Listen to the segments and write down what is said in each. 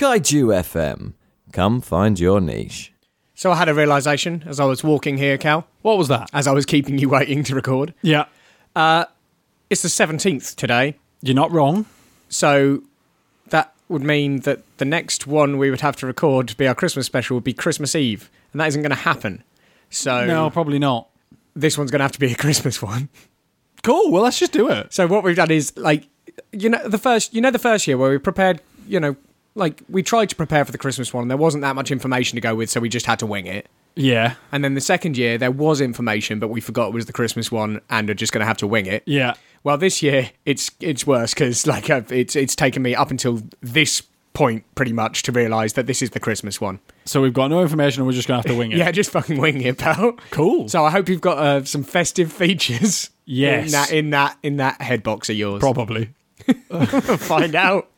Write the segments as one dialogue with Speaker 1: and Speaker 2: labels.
Speaker 1: Kaiju FM. Come find your niche.
Speaker 2: So I had a realization as I was walking here, Cal,
Speaker 3: What was that?
Speaker 2: as I was keeping you waiting to record.
Speaker 3: Yeah,
Speaker 2: It's the 17th today,
Speaker 3: you're not wrong.
Speaker 2: so that would mean that the next one we would have to record to be our Christmas special would be Christmas Eve, and that isn't going to happen. So
Speaker 3: No, probably not.
Speaker 2: this one's going to have to be a Christmas one.
Speaker 3: Cool. Well, let's just do it.
Speaker 2: So what we've done is like you know the first you know the first year where we prepared, you know, like we tried to prepare for the Christmas one and there wasn't that much information to go with, so we just had to wing it.
Speaker 3: Yeah,
Speaker 2: And then the second year there was information but we forgot it was the Christmas one and are just going to have to wing it.
Speaker 3: yeah.
Speaker 2: Well, this year it's it's worse cuz like I've, it's it's taken me up until this point pretty much to realize that this is the Christmas one.
Speaker 3: So we've got no information, and we're just gonna have to wing it.
Speaker 2: Yeah, just fucking wing it, pal.
Speaker 3: Cool.
Speaker 2: So I hope you've got uh, some festive features.
Speaker 3: Yes.
Speaker 2: In that in that in that headbox of yours.
Speaker 3: probably.
Speaker 2: Find out.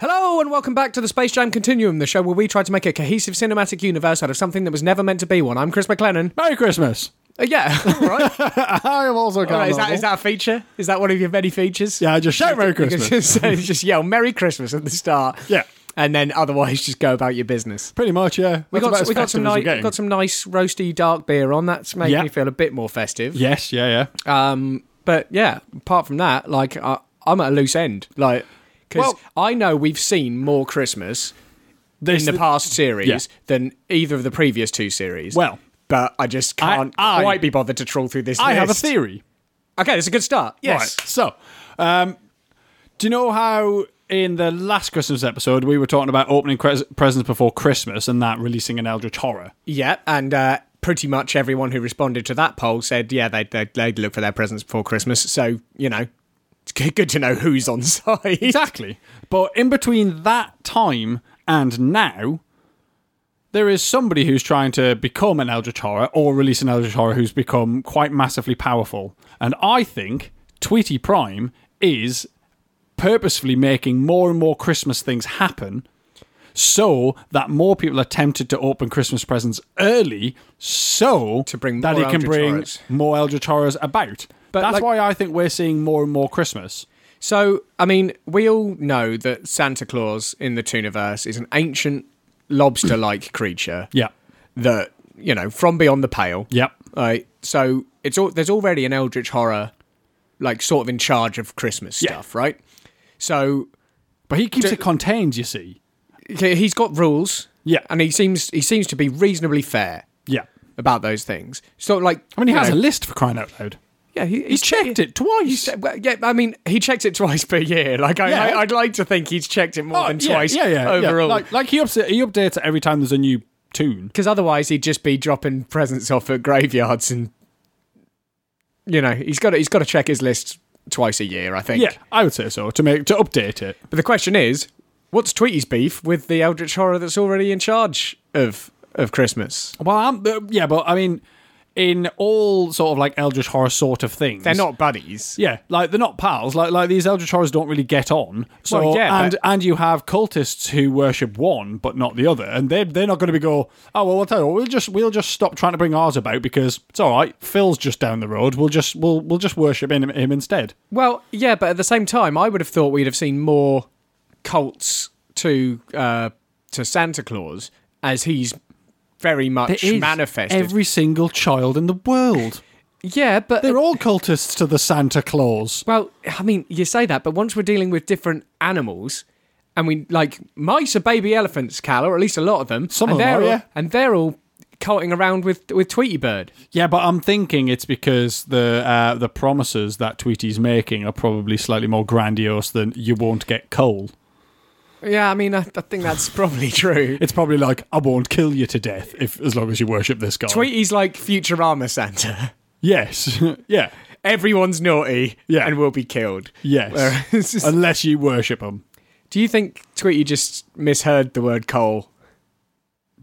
Speaker 2: Hello and welcome back to the Space Jam Continuum, the show where we try to make a cohesive cinematic universe out of something that was never meant to be one. I'm Chris McLennan.
Speaker 3: Merry Christmas.
Speaker 2: Uh, yeah, all right. All
Speaker 3: I am also
Speaker 2: right, Is that is that a feature? Is that one of your many features?
Speaker 3: Yeah, just shout Merry
Speaker 2: You can
Speaker 3: Christmas.
Speaker 2: Just, say- just yell "Merry Christmas" at the start.
Speaker 3: Yeah.
Speaker 2: and then otherwise just go about your business.
Speaker 3: Pretty much, yeah.
Speaker 2: We
Speaker 3: That's about
Speaker 2: got,
Speaker 3: as
Speaker 2: we got
Speaker 3: festive
Speaker 2: some
Speaker 3: as we're
Speaker 2: nice
Speaker 3: getting.
Speaker 2: got some nice roasty dark beer on. That's making
Speaker 3: Yeah.
Speaker 2: me feel a bit more festive.
Speaker 3: Yes, yeah, yeah.
Speaker 2: Um, but yeah, apart from that, like I I'm at a loose end. Like because
Speaker 3: Well-
Speaker 2: I know we've seen more Christmas
Speaker 3: This-
Speaker 2: in the past series
Speaker 3: Yeah.
Speaker 2: than either of the previous two series.
Speaker 3: Well,
Speaker 2: but I just
Speaker 3: I-
Speaker 2: can't
Speaker 3: I-
Speaker 2: quite be bothered to trawl through this.
Speaker 3: I have a
Speaker 2: list.
Speaker 3: theory.
Speaker 2: Okay, that's a good start. Yes.
Speaker 3: Right. So, um, do you know how in the last Christmas episode we were talking about opening cres- presents before Christmas and that releasing an Eldritch horror?
Speaker 2: Yeah, and uh, pretty much everyone who responded to that poll said, yeah, they'd, they'd, they'd look for their presents before Christmas. So, you know, it's g- good to know who's on side.
Speaker 3: Exactly. But in between that time and now, there is somebody who's trying to become an Eldritch Horror or release an Eldritch Horror who's become quite massively powerful. And I think Tweety Prime is purposefully making more and more Christmas things happen so that more people are tempted to open Christmas presents early so
Speaker 2: To bring
Speaker 3: that
Speaker 2: more
Speaker 3: he can
Speaker 2: Eldritch
Speaker 3: bring
Speaker 2: Horrors.
Speaker 3: more Eldritch Horrors about.
Speaker 2: But
Speaker 3: That's
Speaker 2: like-
Speaker 3: why I think we're seeing more and more Christmas.
Speaker 2: So, I mean, we all know that Santa Claus in the Tooniverse is an ancient lobster like creature
Speaker 3: Yeah.
Speaker 2: that, you know, from beyond the pale.
Speaker 3: Yep.
Speaker 2: Right. So it's all there's already an Eldritch horror, like sort of in charge of Christmas
Speaker 3: Yeah.
Speaker 2: stuff, right? So
Speaker 3: But he keeps
Speaker 2: Do-
Speaker 3: it contained, you see.
Speaker 2: he- he's got rules,
Speaker 3: Yeah.
Speaker 2: and he seems he seems to be reasonably fair.
Speaker 3: Yeah.
Speaker 2: about those things. So like,
Speaker 3: I mean, he
Speaker 2: you
Speaker 3: has
Speaker 2: know-
Speaker 3: a list for crying out loud.
Speaker 2: yeah, he,
Speaker 3: He's checked it twice.
Speaker 2: He's, well, yeah, I mean, he checks it twice per year. Like, I,
Speaker 3: Yeah.
Speaker 2: I, would like to think he's checked it more
Speaker 3: Oh,
Speaker 2: than twice overall.
Speaker 3: Like, like he, ups- he updates it every time there's a new tune.
Speaker 2: Because otherwise, he'd just be dropping presents off at graveyards, and you know, he's got to, he's got to check his list twice a year. I think.
Speaker 3: Yeah, I would say so to make to update it.
Speaker 2: But the question is, what's Tweety's beef with the Eldritch horror that's already in charge of of Christmas?
Speaker 3: Well, I'm, uh, yeah, but I mean, in all sort of like Eldritch horror sort of things,
Speaker 2: They're not buddies.
Speaker 3: Yeah, like they're not pals. Like like these Eldritch horrors don't really get on. So
Speaker 2: Well, yeah,
Speaker 3: and
Speaker 2: but-
Speaker 3: and you have cultists who worship one but not the other, and they they're not going to be go. Oh well, I'll tell you what, we'll just we'll just stop trying to bring ours about because it's all right. Phil's just down the road. We'll just we'll we'll just worship him, him instead.
Speaker 2: Well, yeah, but at the same time, I would have thought we'd have seen more cults to uh, to Santa Claus as he's very much manifested.
Speaker 3: every single child in the world.
Speaker 2: yeah, but
Speaker 3: They're all cultists to the Santa Claus.
Speaker 2: well, I mean, you say that, but once we're dealing with different animals, and we like mice are baby elephants, Cal, or at least a lot of them.
Speaker 3: Some
Speaker 2: and
Speaker 3: of them
Speaker 2: they're
Speaker 3: are,
Speaker 2: all,
Speaker 3: yeah.
Speaker 2: and they're all culting around with with Tweety Bird.
Speaker 3: Yeah, but I'm thinking it's because the uh, the promises that Tweety's making are probably slightly more grandiose than you won't get coal.
Speaker 2: Yeah, I mean, I, I think that's probably true.
Speaker 3: It's probably like I won't kill you to death if as long as you worship this god.
Speaker 2: Tweety's like Futurama Santa.
Speaker 3: Yes, yeah,
Speaker 2: Everyone's naughty
Speaker 3: Yeah.
Speaker 2: and will be killed.
Speaker 3: yes.
Speaker 2: Whereas-
Speaker 3: Unless you worship him,
Speaker 2: Do you think Tweety just misheard the word coal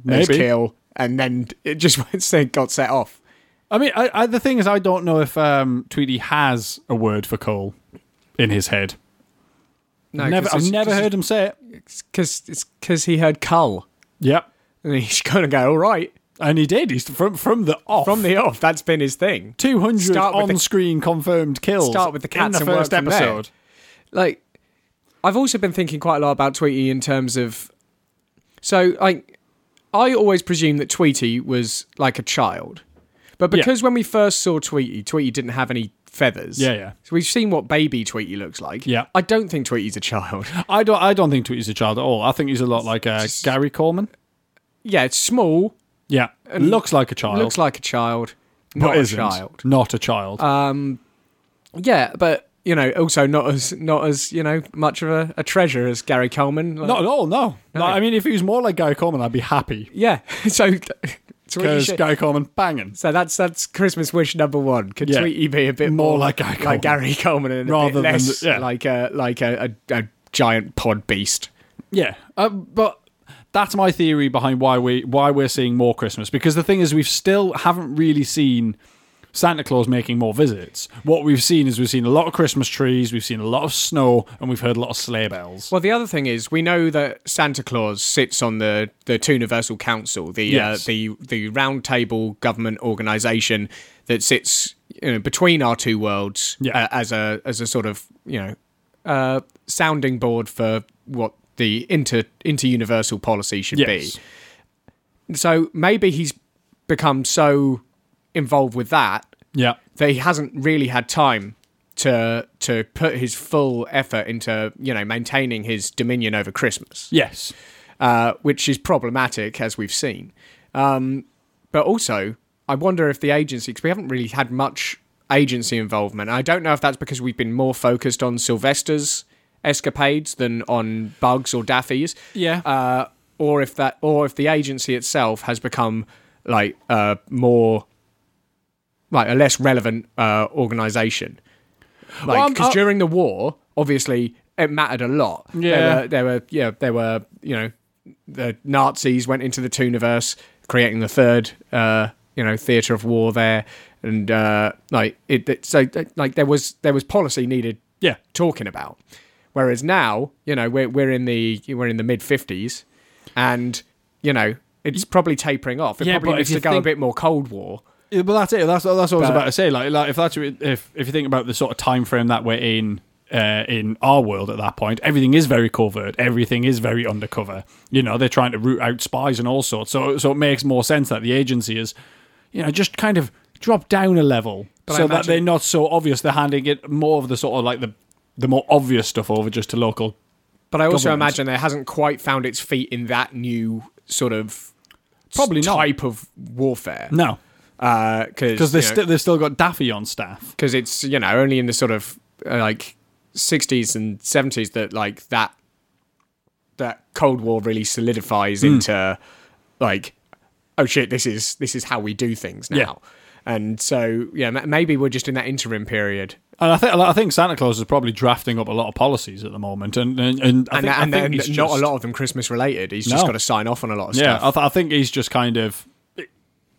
Speaker 2: as
Speaker 3: maybe.
Speaker 2: kill and then it just went, got set off?
Speaker 3: I mean, I, I, the thing is, I don't know if um, Tweety has a word for coal in his head.
Speaker 2: No,
Speaker 3: never, I've never heard him say it.
Speaker 2: because it's because he heard cull,
Speaker 3: Yep,
Speaker 2: and he's gonna go all right
Speaker 3: and he did. He's from from the off.
Speaker 2: from the off. That's been his thing.
Speaker 3: two hundred
Speaker 2: Start with the-
Speaker 3: on-screen confirmed kills.
Speaker 2: Start with the
Speaker 3: in
Speaker 2: cats
Speaker 3: the
Speaker 2: and work
Speaker 3: first
Speaker 2: from there.
Speaker 3: episode.
Speaker 2: like I've also been thinking quite a lot about Tweety in terms of so like I always presumed that Tweety was like a child. But
Speaker 3: Yeah.
Speaker 2: because when we first saw Tweety, Tweety didn't have any feathers.
Speaker 3: Yeah, yeah.
Speaker 2: So we've seen what baby Tweety looks like.
Speaker 3: Yeah.
Speaker 2: I don't think Tweety's a child.
Speaker 3: I don't. I don't think Tweety's a child at all. I think he's a lot like uh, Gary Coleman.
Speaker 2: yeah, it's small,
Speaker 3: Yeah, looks like a child.
Speaker 2: looks like a child,
Speaker 3: but
Speaker 2: not a
Speaker 3: isn't.
Speaker 2: child. Uh,
Speaker 3: Not a child.
Speaker 2: Yeah, but you know, also not as not as, you know, much of a, a treasure as Gary Coleman. Like,
Speaker 3: not at all. No. no. I mean, if he was more like Gary Coleman, I'd be happy
Speaker 2: Yeah. so Tweety
Speaker 3: because
Speaker 2: should-
Speaker 3: Gary Coleman banging.
Speaker 2: So that's that's Christmas wish number one. Could
Speaker 3: Yeah.
Speaker 2: Tweety be a bit
Speaker 3: More
Speaker 2: more,
Speaker 3: like Gary Coleman.
Speaker 2: Gary Coleman and
Speaker 3: Rather
Speaker 2: a
Speaker 3: than
Speaker 2: bit less
Speaker 3: the- yeah.
Speaker 2: like a like a, a, a giant pod beast?
Speaker 3: Yeah, uh, but that's my theory behind why we why we're seeing more Christmas because the thing is we have still haven't really seen Santa Claus making more visits. What we've seen is we've seen a lot of Christmas trees, we've seen a lot of snow, and we've heard a lot of sleigh bells.
Speaker 2: Well, the other thing is we know that Santa Claus sits on the the Universal Council, the uh,
Speaker 3: Yes.
Speaker 2: the the round table government organization that sits you know between our two worlds
Speaker 3: Yeah.
Speaker 2: uh, as a as a sort of you know uh, sounding board for what the inter inter universal policy should be.
Speaker 3: yes,
Speaker 2: So maybe he's become so involved with that
Speaker 3: yeah,
Speaker 2: that he hasn't really had time to to put his full effort into you know maintaining his dominion over Christmas,
Speaker 3: yes,
Speaker 2: uh, which is problematic as we've seen. Um, but also, I wonder if the agency because we haven't really had much agency involvement. I don't know if that's because we've been more focused on Sylvester's escapades than on Bugs or Daffy's
Speaker 3: yeah.
Speaker 2: uh, or if that, or if the agency itself has become like uh, more, like a less relevant uh, organization.
Speaker 3: Well,
Speaker 2: Like
Speaker 3: I'm- uh,
Speaker 2: because
Speaker 3: I-
Speaker 2: during the war, obviously it mattered a lot.
Speaker 3: Yeah.
Speaker 2: there were, there were, yeah, there were, you know, the Nazis went into the Tooniverse, creating the third, uh, you know, theater of war there, and uh, like it, it, so uh, like there was there was policy needed
Speaker 3: yeah,
Speaker 2: talking about. Whereas now, you know, we're we're in the we're in the mid fifties, and you know it's probably tapering off. It
Speaker 3: Yeah, but
Speaker 2: probably needs
Speaker 3: if you
Speaker 2: to go
Speaker 3: think-
Speaker 2: a bit more Cold War.
Speaker 3: Yeah, Well, that's it. That's that's what I was
Speaker 2: But-
Speaker 3: about to say. Like, like if that's if if you think about the sort of time frame that we're in uh, in our world at that point, everything is very covert. Everything is very undercover. You know, they're trying to root out spies and all sorts. So so it makes more sense that the agency is, you know, just kind of drop down a level
Speaker 2: I
Speaker 3: so that
Speaker 2: imagine-
Speaker 3: they're not so obvious. They're handing it more of the sort of like the the more obvious stuff over just to local.
Speaker 2: But I also
Speaker 3: Government.
Speaker 2: imagine there hasn't quite found its feet in that new sort of
Speaker 3: Probably not.
Speaker 2: type of warfare
Speaker 3: No,
Speaker 2: because
Speaker 3: because they still they've still got Daffy on staff.
Speaker 2: because it's you know only in the sort of uh, like 60s and 70s that like that that cold war really solidifies
Speaker 3: Hmm.
Speaker 2: into like oh shit this is this is how we do things now
Speaker 3: Yeah.
Speaker 2: and so yeah ma- maybe we're just in that interim period
Speaker 3: And I think I think Santa Claus is probably drafting up a lot of policies at the moment, and and and, I
Speaker 2: and,
Speaker 3: think, I
Speaker 2: and,
Speaker 3: think
Speaker 2: and
Speaker 3: he's
Speaker 2: not
Speaker 3: just-
Speaker 2: a lot of them christmas related he's
Speaker 3: No.
Speaker 2: just got to sign off on a lot of
Speaker 3: Yeah,
Speaker 2: stuff
Speaker 3: I, th- I think he's just kind of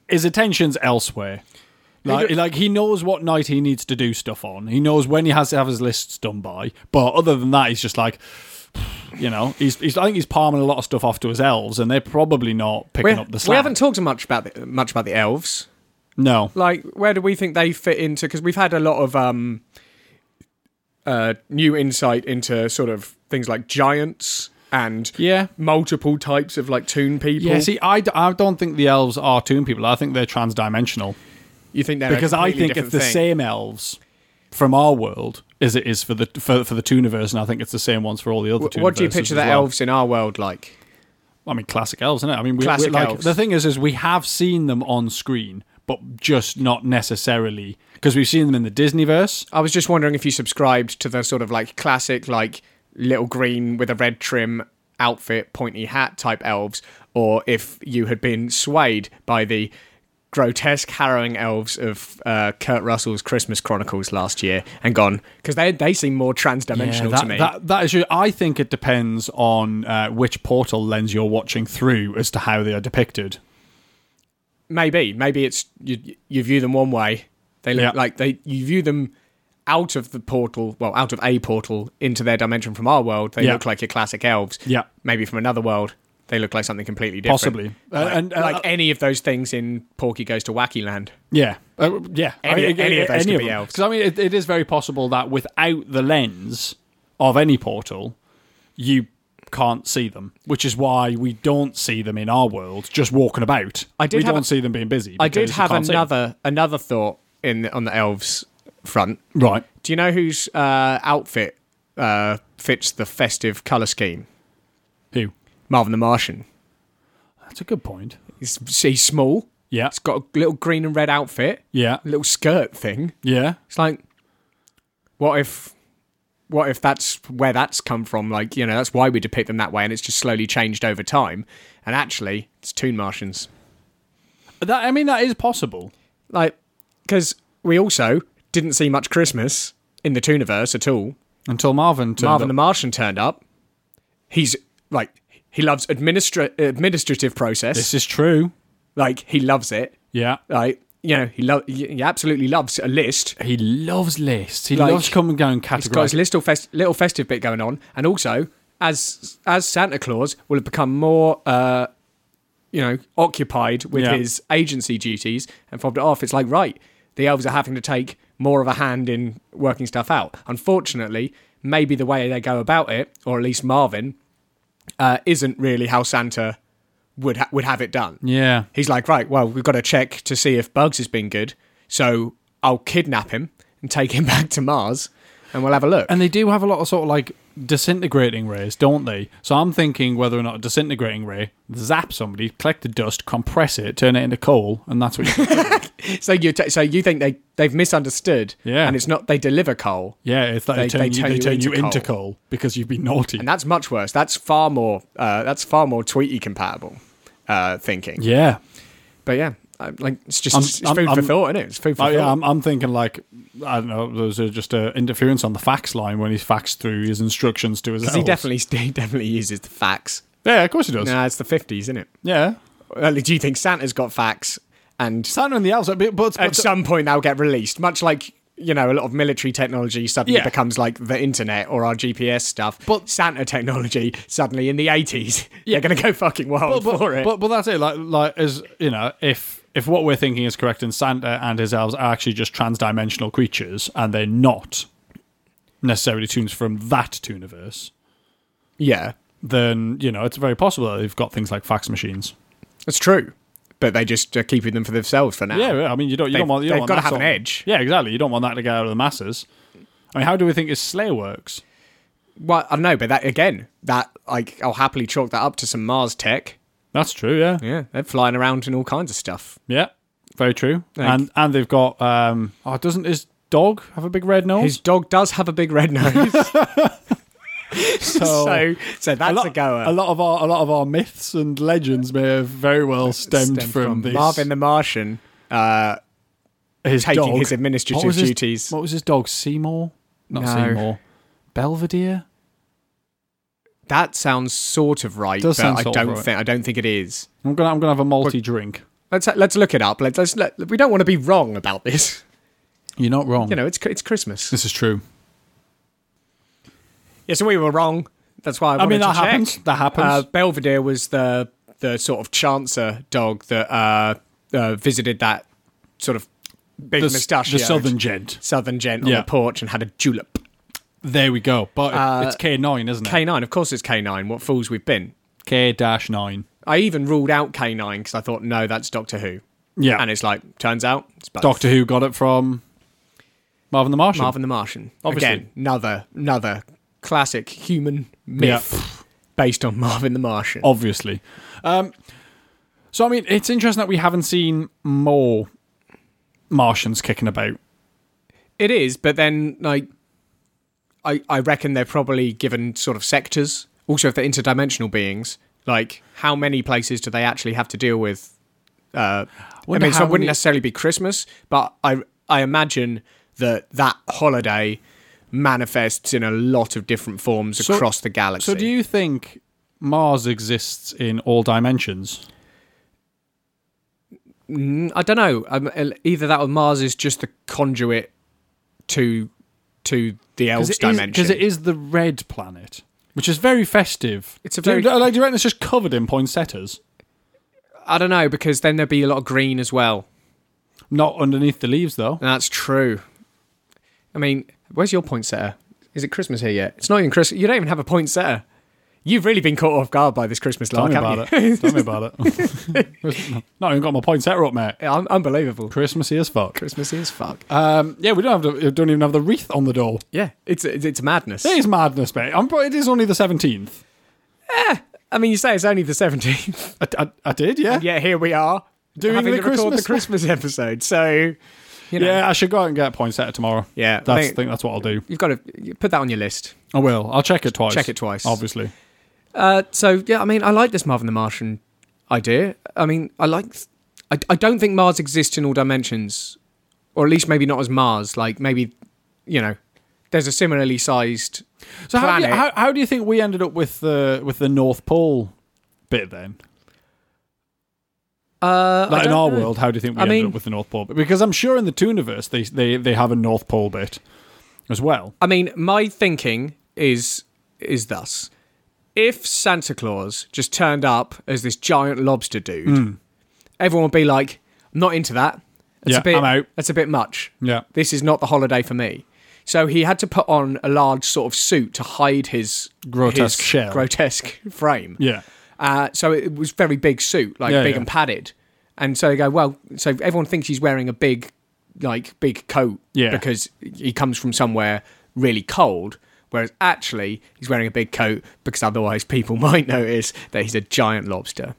Speaker 3: his attention's elsewhere. Like,
Speaker 2: do-
Speaker 3: like he knows what night he needs to do stuff on. He knows when he has to have his lists done by. But other than that, he's just like, you know, he's, he's I think he's palming a lot of stuff off to his elves, and they're probably not
Speaker 2: we,
Speaker 3: picking up the slack.
Speaker 2: we haven't talked much about the, much about the elves
Speaker 3: no,
Speaker 2: like where do we think they fit into because we've had a lot of um uh new insight into sort of things like giants and
Speaker 3: yeah,
Speaker 2: multiple types of like toon people
Speaker 3: yeah. See, I, d- I don't think the elves are toon people. I think they're transdimensional.
Speaker 2: you think they're a
Speaker 3: because I
Speaker 2: completely
Speaker 3: think it's
Speaker 2: different
Speaker 3: the
Speaker 2: thing?
Speaker 3: same elves from our world as it is for the for, for the Tooniverse, and I think it's the same ones for all the other.
Speaker 2: what do you
Speaker 3: Tooniverses
Speaker 2: picture
Speaker 3: as
Speaker 2: the
Speaker 3: well.
Speaker 2: elves in our world like
Speaker 3: I mean, classic elves, isn't it? I mean, we,
Speaker 2: Classic
Speaker 3: we- like,
Speaker 2: elves.
Speaker 3: The thing is, is we have seen them on screen, but just not necessarily because we've seen them in the Disneyverse.
Speaker 2: i was just wondering if you subscribed to the sort of like classic like little green with a red trim outfit pointy hat type elves or if you had been swayed by the grotesque harrowing elves of uh, kurt russell's christmas chronicles last year and gone because they, they seem more transdimensional
Speaker 3: that,
Speaker 2: to me
Speaker 3: that- that is. I think it depends on uh, which portal lens you're watching through as to how they are depicted.
Speaker 2: maybe maybe it's you you view them one way they look
Speaker 3: Yeah.
Speaker 2: like they you view them out of the portal well out of a portal into their dimension from our world they
Speaker 3: Yeah.
Speaker 2: look like your classic elves
Speaker 3: Yeah.
Speaker 2: maybe from another world they look like something completely different
Speaker 3: Possibly. Uh,
Speaker 2: like,
Speaker 3: and, uh,
Speaker 2: like any of those things in porky goes to wacky land
Speaker 3: Yeah, uh, yeah.
Speaker 2: Any- any of those could be elves.
Speaker 3: Because I mean, it, it is very possible that without the lens of any portal, you can't see them, which is why we don't see them in our world just walking about.
Speaker 2: I did
Speaker 3: we
Speaker 2: have
Speaker 3: don't
Speaker 2: a-
Speaker 3: see them being busy.
Speaker 2: i did
Speaker 3: because you
Speaker 2: have
Speaker 3: can't see them.
Speaker 2: another another thought in on the elves front
Speaker 3: right.
Speaker 2: do you know whose uh, outfit uh, fits the festive color scheme
Speaker 3: Who?
Speaker 2: marvin the martian
Speaker 3: That's a good point.
Speaker 2: he's, he's small
Speaker 3: Yeah,
Speaker 2: It's got a little green and red outfit,
Speaker 3: yeah,
Speaker 2: little skirt thing.
Speaker 3: yeah.
Speaker 2: It's like, what if, what if that's where that's come from? Like, you know, that's why we depict them that way, and it's just slowly changed over time. And actually, it's Toon Martians.
Speaker 3: That I mean, that is possible.
Speaker 2: Like, because we also didn't see much Christmas in the Tooniverse at all.
Speaker 3: Until Marvin turned
Speaker 2: Marvin the
Speaker 3: up.
Speaker 2: Martian turned up. He's like, he loves administra- administrative process.
Speaker 3: this is true.
Speaker 2: like, he loves it.
Speaker 3: Yeah.
Speaker 2: Like, you know, he lo- he absolutely loves a list.
Speaker 3: He loves lists. He
Speaker 2: Like,
Speaker 3: loves coming down
Speaker 2: He's got his
Speaker 3: categories.
Speaker 2: little, fest- little festive bit going on, and also as as Santa Claus will have become more, uh, you know, occupied with
Speaker 3: Yeah.
Speaker 2: his agency duties and fobbed it off. It's like right, the elves are having to take more of a hand in working stuff out. Unfortunately, maybe the way they go about it, or at least Marvin, uh, isn't really how Santa would ha- would have it done.
Speaker 3: Yeah.
Speaker 2: He's like, right, well, we've got to check to see if Bugs has been good. So I'll kidnap him and take him back to Mars, and we'll have a look.
Speaker 3: And they do have a lot of sort of like disintegrating rays, don't they? So I'm thinking whether or not a disintegrating ray zap somebody, collect the dust, compress it, turn it into coal, and that's what. you
Speaker 2: so you t- so you think they they've misunderstood?
Speaker 3: Yeah.
Speaker 2: And it's not they deliver coal,
Speaker 3: Yeah, it's that they,
Speaker 2: They-
Speaker 3: turn,
Speaker 2: they
Speaker 3: you, they turn you into
Speaker 2: coal.
Speaker 3: coal. because you've been naughty.
Speaker 2: and that's much worse. That's far more uh, that's far more Tweety compatible uh, thinking.
Speaker 3: yeah,
Speaker 2: But yeah, I, like it's just
Speaker 3: I'm-
Speaker 2: it's, it's
Speaker 3: I'm-
Speaker 2: food for
Speaker 3: I'm-
Speaker 2: thought, isn't it? It's food for
Speaker 3: oh, yeah.
Speaker 2: thought.
Speaker 3: I'm, I'm thinking like I don't know. There's a, just a interference on the fax line when he faxed through his instructions to his.
Speaker 2: because he
Speaker 3: elves.
Speaker 2: definitely he definitely uses the facts.
Speaker 3: Yeah, of course he does.
Speaker 2: Nah, it's the fifties, isn't it?
Speaker 3: Yeah,
Speaker 2: Well, do you think Santa's got facts? And
Speaker 3: Santa and the elves, but, but,
Speaker 2: at
Speaker 3: but
Speaker 2: some point they'll get released, much like you know a lot of military technology suddenly
Speaker 3: Yeah.
Speaker 2: becomes like the internet or our GPS stuff.
Speaker 3: But-
Speaker 2: Santa technology suddenly in the eighties,
Speaker 3: Yeah.
Speaker 2: they're going to go fucking wild
Speaker 3: but,
Speaker 2: for it.
Speaker 3: But, but that's it. Like like as you know, if if what we're thinking is correct, and Santa and his elves are actually just trans-dimensional creatures, and they're not necessarily tunes from that Tooniverse,
Speaker 2: yeah,
Speaker 3: then you know it's very possible that they've got things like fax machines.
Speaker 2: that's true. But they just are keeping them for themselves for now.
Speaker 3: Yeah, I mean you don't you
Speaker 2: Ah. They've-
Speaker 3: don't want you don't
Speaker 2: they've
Speaker 3: want
Speaker 2: gotta
Speaker 3: that
Speaker 2: have an
Speaker 3: sort of-
Speaker 2: edge.
Speaker 3: Yeah, exactly. You don't want that to get out of the masses. I mean, how do we think his Slayer works?
Speaker 2: Well, I don't know, but that again, that like I'll happily chalk that up to some Mars tech.
Speaker 3: That's true. Yeah,
Speaker 2: Yeah, they're flying around in all kinds of stuff.
Speaker 3: yeah, very true.
Speaker 2: Like-
Speaker 3: and and they've got um. Oh, doesn't his dog have a big red nose?
Speaker 2: His dog does have a big red nose, so so that's a,
Speaker 3: lot,
Speaker 2: goer.
Speaker 3: a lot of our a lot of our myths and legends may have very well stemmed,
Speaker 2: Stemmed
Speaker 3: from, this.
Speaker 2: Marvin the Martian. Uh,
Speaker 3: his
Speaker 2: taking
Speaker 3: dog.
Speaker 2: his
Speaker 3: What
Speaker 2: administrative
Speaker 3: was his-
Speaker 2: duties.
Speaker 3: what was his dog? Seymour? Not
Speaker 2: No.
Speaker 3: Seymour. Belvedere.
Speaker 2: That sounds sort of right,
Speaker 3: Does
Speaker 2: but
Speaker 3: sound
Speaker 2: I
Speaker 3: sort of
Speaker 2: don't
Speaker 3: right.
Speaker 2: think I don't think it is.
Speaker 3: I'm gonna I'm gonna have a multi drink.
Speaker 2: Let's let's look it up. Let's, let's let, we don't want to be wrong about this.
Speaker 3: You're not wrong.
Speaker 2: You know, it's it's Christmas.
Speaker 3: this is true.
Speaker 2: Yeah, so we were wrong. That's why I,
Speaker 3: I mean
Speaker 2: wanted
Speaker 3: that
Speaker 2: to check.
Speaker 3: happens. That happens.
Speaker 2: Uh, Belvedere was the the sort of chancer dog that uh, uh, visited that sort of big
Speaker 3: the, s-
Speaker 2: mustachioed
Speaker 3: the southern gent.
Speaker 2: southern gent on
Speaker 3: Yeah.
Speaker 2: the porch and had a julep.
Speaker 3: There we go. But
Speaker 2: Uh,
Speaker 3: it's K nine, isn't it?
Speaker 2: K9, of course, it's K9. What fools we've been.
Speaker 3: K dash nine.
Speaker 2: I even ruled out K9 because I thought, no, that's Doctor Who.
Speaker 3: Yeah.
Speaker 2: And it's like, turns out, it's both.
Speaker 3: Doctor Who got it from Marvin the Martian.
Speaker 2: Marvin the Martian.
Speaker 3: Obviously.
Speaker 2: Again, another another classic human myth based on Marvin the Martian.
Speaker 3: obviously. Um, so I mean, it's interesting that we haven't seen more Martians kicking about.
Speaker 2: It is, but then like I I reckon they're probably given sort of sectors. Also if they're interdimensional beings, like how many places do they actually have to deal with? Uh I
Speaker 3: Wonder
Speaker 2: mean, so
Speaker 3: how
Speaker 2: it wouldn't
Speaker 3: many-
Speaker 2: necessarily be Christmas, but I I imagine that that holiday manifests in a lot of different forms
Speaker 3: So-
Speaker 2: across the galaxy.
Speaker 3: So do you think Mars exists in all dimensions?
Speaker 2: Mm, I don't know. Um, el- either that or Mars is just the conduit to to the elves dimension.
Speaker 3: Because it is the red planet, which is very festive.
Speaker 2: It's a
Speaker 3: Do you-
Speaker 2: very-
Speaker 3: like, do you reckon it's just covered in poinsettias?
Speaker 2: I don't know because then there'd be a lot of green as well.
Speaker 3: Not underneath the leaves, though.
Speaker 2: That's true. I mean, where's your poinsettia? Is it Christmas here yet? It's not even Christmas. You don't even have a poinsettia. You've really been caught off guard by this Christmas
Speaker 3: Tell
Speaker 2: lark,
Speaker 3: me
Speaker 2: haven't
Speaker 3: about it. Tell me about it. Not even got my poinsettia up, mate.
Speaker 2: you? I'm unbelievable.
Speaker 3: Christmassy as fuck.
Speaker 2: Christmas is fuck.
Speaker 3: Um, yeah, we don't have the, we don't even have the wreath on the door.
Speaker 2: Yeah, it's it's, it's madness.
Speaker 3: It is madness, mate. I'm, it is only the seventeenth.
Speaker 2: I mean, you say it's only the 17th.
Speaker 3: I, I, I did, yeah.
Speaker 2: yeah, here we are
Speaker 3: Doing
Speaker 2: having
Speaker 3: the
Speaker 2: to record the
Speaker 3: Christmas.
Speaker 2: Christmas episode. So, you know,
Speaker 3: Yeah, I should go out and get a poinsettia tomorrow.
Speaker 2: Yeah, I
Speaker 3: that's, I
Speaker 2: think-
Speaker 3: think, that's what I'll do.
Speaker 2: you've got to put that on your list.
Speaker 3: I will. I'll check it twice.
Speaker 2: Check it twice.
Speaker 3: Obviously.
Speaker 2: Uh, so yeah, I mean, I like this Marvin the Martian idea. I mean, I like. I, I don't think Mars exists in all dimensions, or at least maybe not as Mars. Like maybe, you know, there's a similarly sized.
Speaker 3: So how do, you,
Speaker 2: planet.
Speaker 3: how, how do you think we ended up with the with the North Pole bit then?
Speaker 2: Uh, I
Speaker 3: Like in
Speaker 2: don't
Speaker 3: our
Speaker 2: know.
Speaker 3: world, how do you think we
Speaker 2: I
Speaker 3: ended
Speaker 2: mean-
Speaker 3: up with the North Pole bit? Because I'm sure in the Tooniverse they they they have a North Pole bit as well.
Speaker 2: I mean, my thinking is is thus: if Santa Claus just turned up as this giant lobster dude,
Speaker 3: Hmm.
Speaker 2: everyone would be like, "I'm not into that. That's
Speaker 3: Yeah,
Speaker 2: a bit,
Speaker 3: I'm out."
Speaker 2: That's a bit much.
Speaker 3: Yeah.
Speaker 2: this is not the holiday for me." So he had to put on a large sort of suit to hide his
Speaker 3: Grotesque
Speaker 2: his
Speaker 3: shell.
Speaker 2: grotesque frame.
Speaker 3: Yeah.
Speaker 2: Uh, so it was very big suit, like
Speaker 3: Yeah,
Speaker 2: big
Speaker 3: yeah.
Speaker 2: and padded. And so they go, well, so everyone thinks he's wearing a big, like big coat,
Speaker 3: Yeah.
Speaker 2: because he comes from somewhere really cold. Whereas actually, he's wearing a big coat because otherwise people might notice that he's a giant lobster.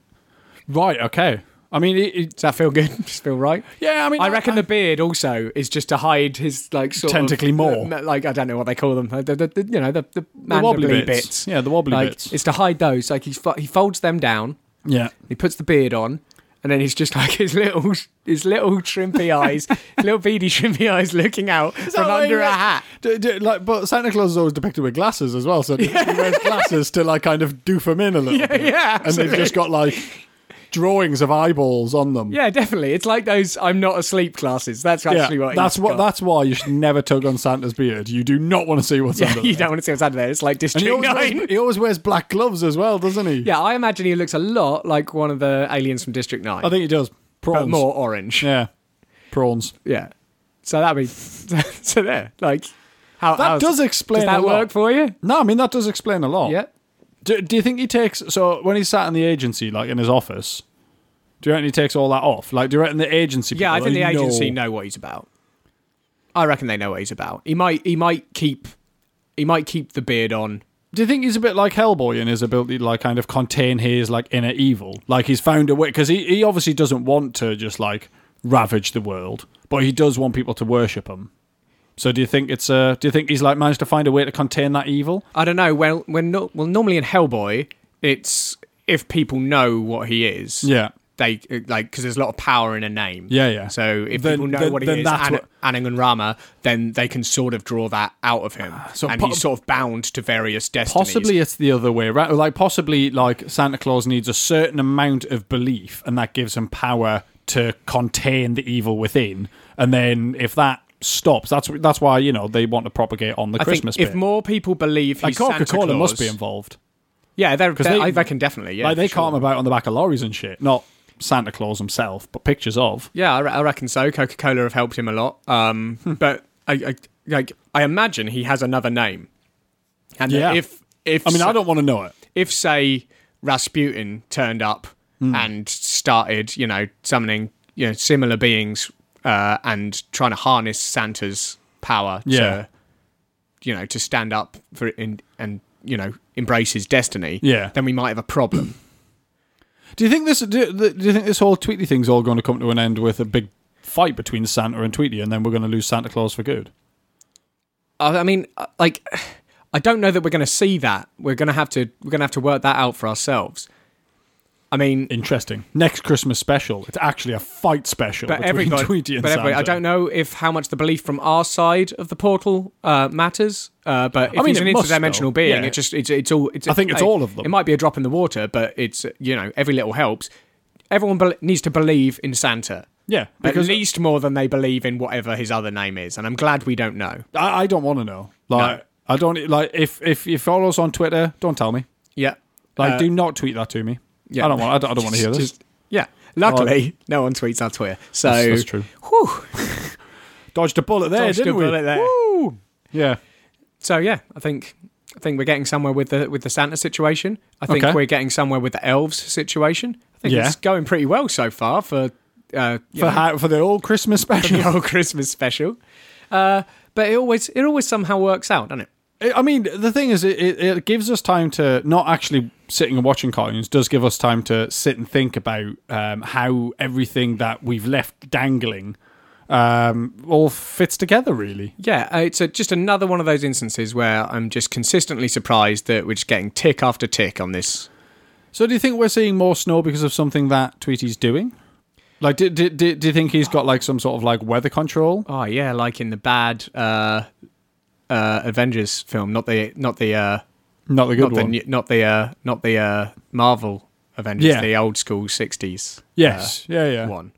Speaker 3: Right. Okay. I mean, it, it,
Speaker 2: Does that feel good? Does it feel right?
Speaker 3: yeah. I mean,
Speaker 2: I reckon the beard also is just to hide his like sort
Speaker 3: Tentacly
Speaker 2: of,
Speaker 3: maw.
Speaker 2: uh, like I don't know what they call them. The, the- the- you know the the,
Speaker 3: the wobbly
Speaker 2: mandibly
Speaker 3: bits.
Speaker 2: bits.
Speaker 3: Yeah, the wobbly
Speaker 2: Like
Speaker 3: bits.
Speaker 2: it's to hide those. Like he's fo- he folds them down.
Speaker 3: Yeah.
Speaker 2: He puts the beard on, and then he's just like his little, his little shrimpy eyes, little beady shrimpy eyes, looking out from under a hat.
Speaker 3: D- d- like, but Santa Claus is always depicted with glasses as well, so he wears glasses to like kind of doof him in a little bit.
Speaker 2: yeah,
Speaker 3: and they've just got like drawings of eyeballs on them.
Speaker 2: Yeah, definitely. It's like those "I'm not asleep" classes. That's
Speaker 3: Yeah,
Speaker 2: actually what.
Speaker 3: that's
Speaker 2: he's
Speaker 3: what.
Speaker 2: got.
Speaker 3: That's why you should never tug on Santa's beard. You do not want to see what's
Speaker 2: Yeah,
Speaker 3: under
Speaker 2: you
Speaker 3: there.
Speaker 2: don't want to see what's under there. It's like
Speaker 3: And he
Speaker 2: District
Speaker 3: always,
Speaker 2: Nine.
Speaker 3: wears, he always wears black gloves as well, doesn't he?
Speaker 2: Yeah, I imagine he looks a lot like one of the aliens from District Nine,
Speaker 3: I think he does. Prawns.
Speaker 2: but more orange. Yeah.
Speaker 3: Yeah, prawns.
Speaker 2: So that'd be so there. Like, how
Speaker 3: That
Speaker 2: how's-
Speaker 3: does explain
Speaker 2: Does that
Speaker 3: a lot. Oh,
Speaker 2: work for you?
Speaker 3: No, I mean that does explain a lot.
Speaker 2: Yeah.
Speaker 3: Do, do you think he takes so when he's sat in the agency, like in his office? Do you reckon he takes all that off? Like, do you reckon the agency?
Speaker 2: Yeah, I
Speaker 3: people
Speaker 2: think the
Speaker 3: are like,
Speaker 2: agency
Speaker 3: "No."
Speaker 2: know what he's about. I reckon they know what he's about. He might he might keep he might keep the beard on.
Speaker 3: Do you think he's a bit like Hellboy in his ability to like kind of contain his like inner evil? Like he's found a way because he, he obviously doesn't want to just like ravage the world, but he does want people to worship him. So do you think it's uh do you think he's like managed to find a way to contain that evil?
Speaker 2: I don't know. Well, when no, well normally in Hellboy, it's if people know what he is,
Speaker 3: Yeah.
Speaker 2: they like because there's a lot of power in a name.
Speaker 3: Yeah, yeah.
Speaker 2: So if
Speaker 3: Then-
Speaker 2: people know
Speaker 3: then-
Speaker 2: what he
Speaker 3: then
Speaker 2: is,
Speaker 3: that's
Speaker 2: An-
Speaker 3: what-
Speaker 2: Anangan Rama, then they can sort of draw that out of him,
Speaker 3: so
Speaker 2: and
Speaker 3: po-
Speaker 2: he's sort of bound to various destinies.
Speaker 3: Possibly it's the other way around. Like possibly like Santa Claus needs a certain amount of belief and that gives him power to contain the evil within. And then if that stops, that's that's why, you know, they want to propagate on the
Speaker 2: I think
Speaker 3: Christmas
Speaker 2: if
Speaker 3: bit.
Speaker 2: more people believe
Speaker 3: like
Speaker 2: he's Santa
Speaker 3: Coca-Cola must
Speaker 2: Claus-
Speaker 3: be involved.
Speaker 2: Yeah, they're, they're,
Speaker 3: they-
Speaker 2: I reckon definitely. Yeah,
Speaker 3: like they
Speaker 2: for sure.
Speaker 3: calm about on the back of lorries and shit, not Santa Claus himself, but pictures of.
Speaker 2: Yeah, I, re- I reckon so. Coca Cola have helped him a lot. Um,
Speaker 3: Hmm.
Speaker 2: but I, I like I imagine he has another name. And
Speaker 3: Yeah.
Speaker 2: if if
Speaker 3: I mean, I don't want to know it.
Speaker 2: if say Rasputin turned up
Speaker 3: Hmm.
Speaker 2: and started, you know, summoning you know similar beings uh, and trying to harness Santa's power
Speaker 3: Yeah.
Speaker 2: to you know to stand up for it and and you know embrace his destiny,
Speaker 3: Yeah.
Speaker 2: then we might have a problem.
Speaker 3: Do you think this? Do, do you think this whole Tweety thing's all going to come to an end with a big fight between Santa and Tweety, and then we're going to lose Santa Claus for good?
Speaker 2: I I mean, uh, like, I don't know that we're going to see that. We're going to have to we're going to have to work that out for ourselves. I mean,
Speaker 3: Interesting. Next Christmas special. It's actually a fight special
Speaker 2: but
Speaker 3: between
Speaker 2: everybody,
Speaker 3: Tweety and
Speaker 2: but
Speaker 3: Santa.
Speaker 2: everybody, I don't know if how much the belief from our side of the portal uh, matters. Uh, but if
Speaker 3: mean,
Speaker 2: he's an
Speaker 3: it must,
Speaker 2: interdimensional
Speaker 3: though.
Speaker 2: being,
Speaker 3: Yeah.
Speaker 2: it just it's it's all. It's,
Speaker 3: I think it's all of them.
Speaker 2: It might be a drop in the water, but it's you know every little helps. Everyone bel needs to believe in Santa.
Speaker 3: Yeah,
Speaker 2: At
Speaker 3: because
Speaker 2: least more than they believe in whatever his other name is, and I'm glad we don't know.
Speaker 3: I, I don't want to know. Like, I don't like if if you follow us on Twitter, don't tell me.
Speaker 2: Yeah,
Speaker 3: Like,
Speaker 2: Uh,
Speaker 3: do not tweet that to me.
Speaker 2: yeah.
Speaker 3: I don't want. I don't, I don't want to hear this.
Speaker 2: Just- yeah. Luckily, no one tweets our Twitter, so
Speaker 3: That's, that's true.
Speaker 2: Whew.
Speaker 3: Dodged a bullet there,
Speaker 2: Dodged a
Speaker 3: didn't we?
Speaker 2: bullet there.
Speaker 3: Woo! Yeah.
Speaker 2: So yeah, I think I think we're getting somewhere with the with the Santa situation. I think
Speaker 3: Okay.
Speaker 2: we're getting somewhere with the elves situation. I think
Speaker 3: Yeah.
Speaker 2: it's going pretty well so far for uh, you
Speaker 3: For
Speaker 2: know,
Speaker 3: how, for the old Christmas
Speaker 2: for
Speaker 3: special.
Speaker 2: the whole Christmas special. Uh, but it always it always somehow works out, doesn't it?
Speaker 3: I I mean, the thing is, it, it, it gives us time to not actually sitting and watching cartoons. Does give us time to sit and think about um, how everything that we've left dangling um, all fits together. Really,
Speaker 2: Yeah, uh, it's a, just another one of those instances where I'm just consistently surprised that we're just getting tick after tick on this.
Speaker 3: So do you think we're seeing more snow because of something that Tweety's doing? Like, do, do, do, do you think he's got like some sort of like weather control?
Speaker 2: Oh yeah, like in the bad uh, uh, Avengers film, not the not the uh,
Speaker 3: Not the good
Speaker 2: not the
Speaker 3: one.
Speaker 2: new- not the uh, not the uh, Marvel Avengers,
Speaker 3: Yeah.
Speaker 2: the old school '60s
Speaker 3: yes, yeah, yeah.
Speaker 2: one.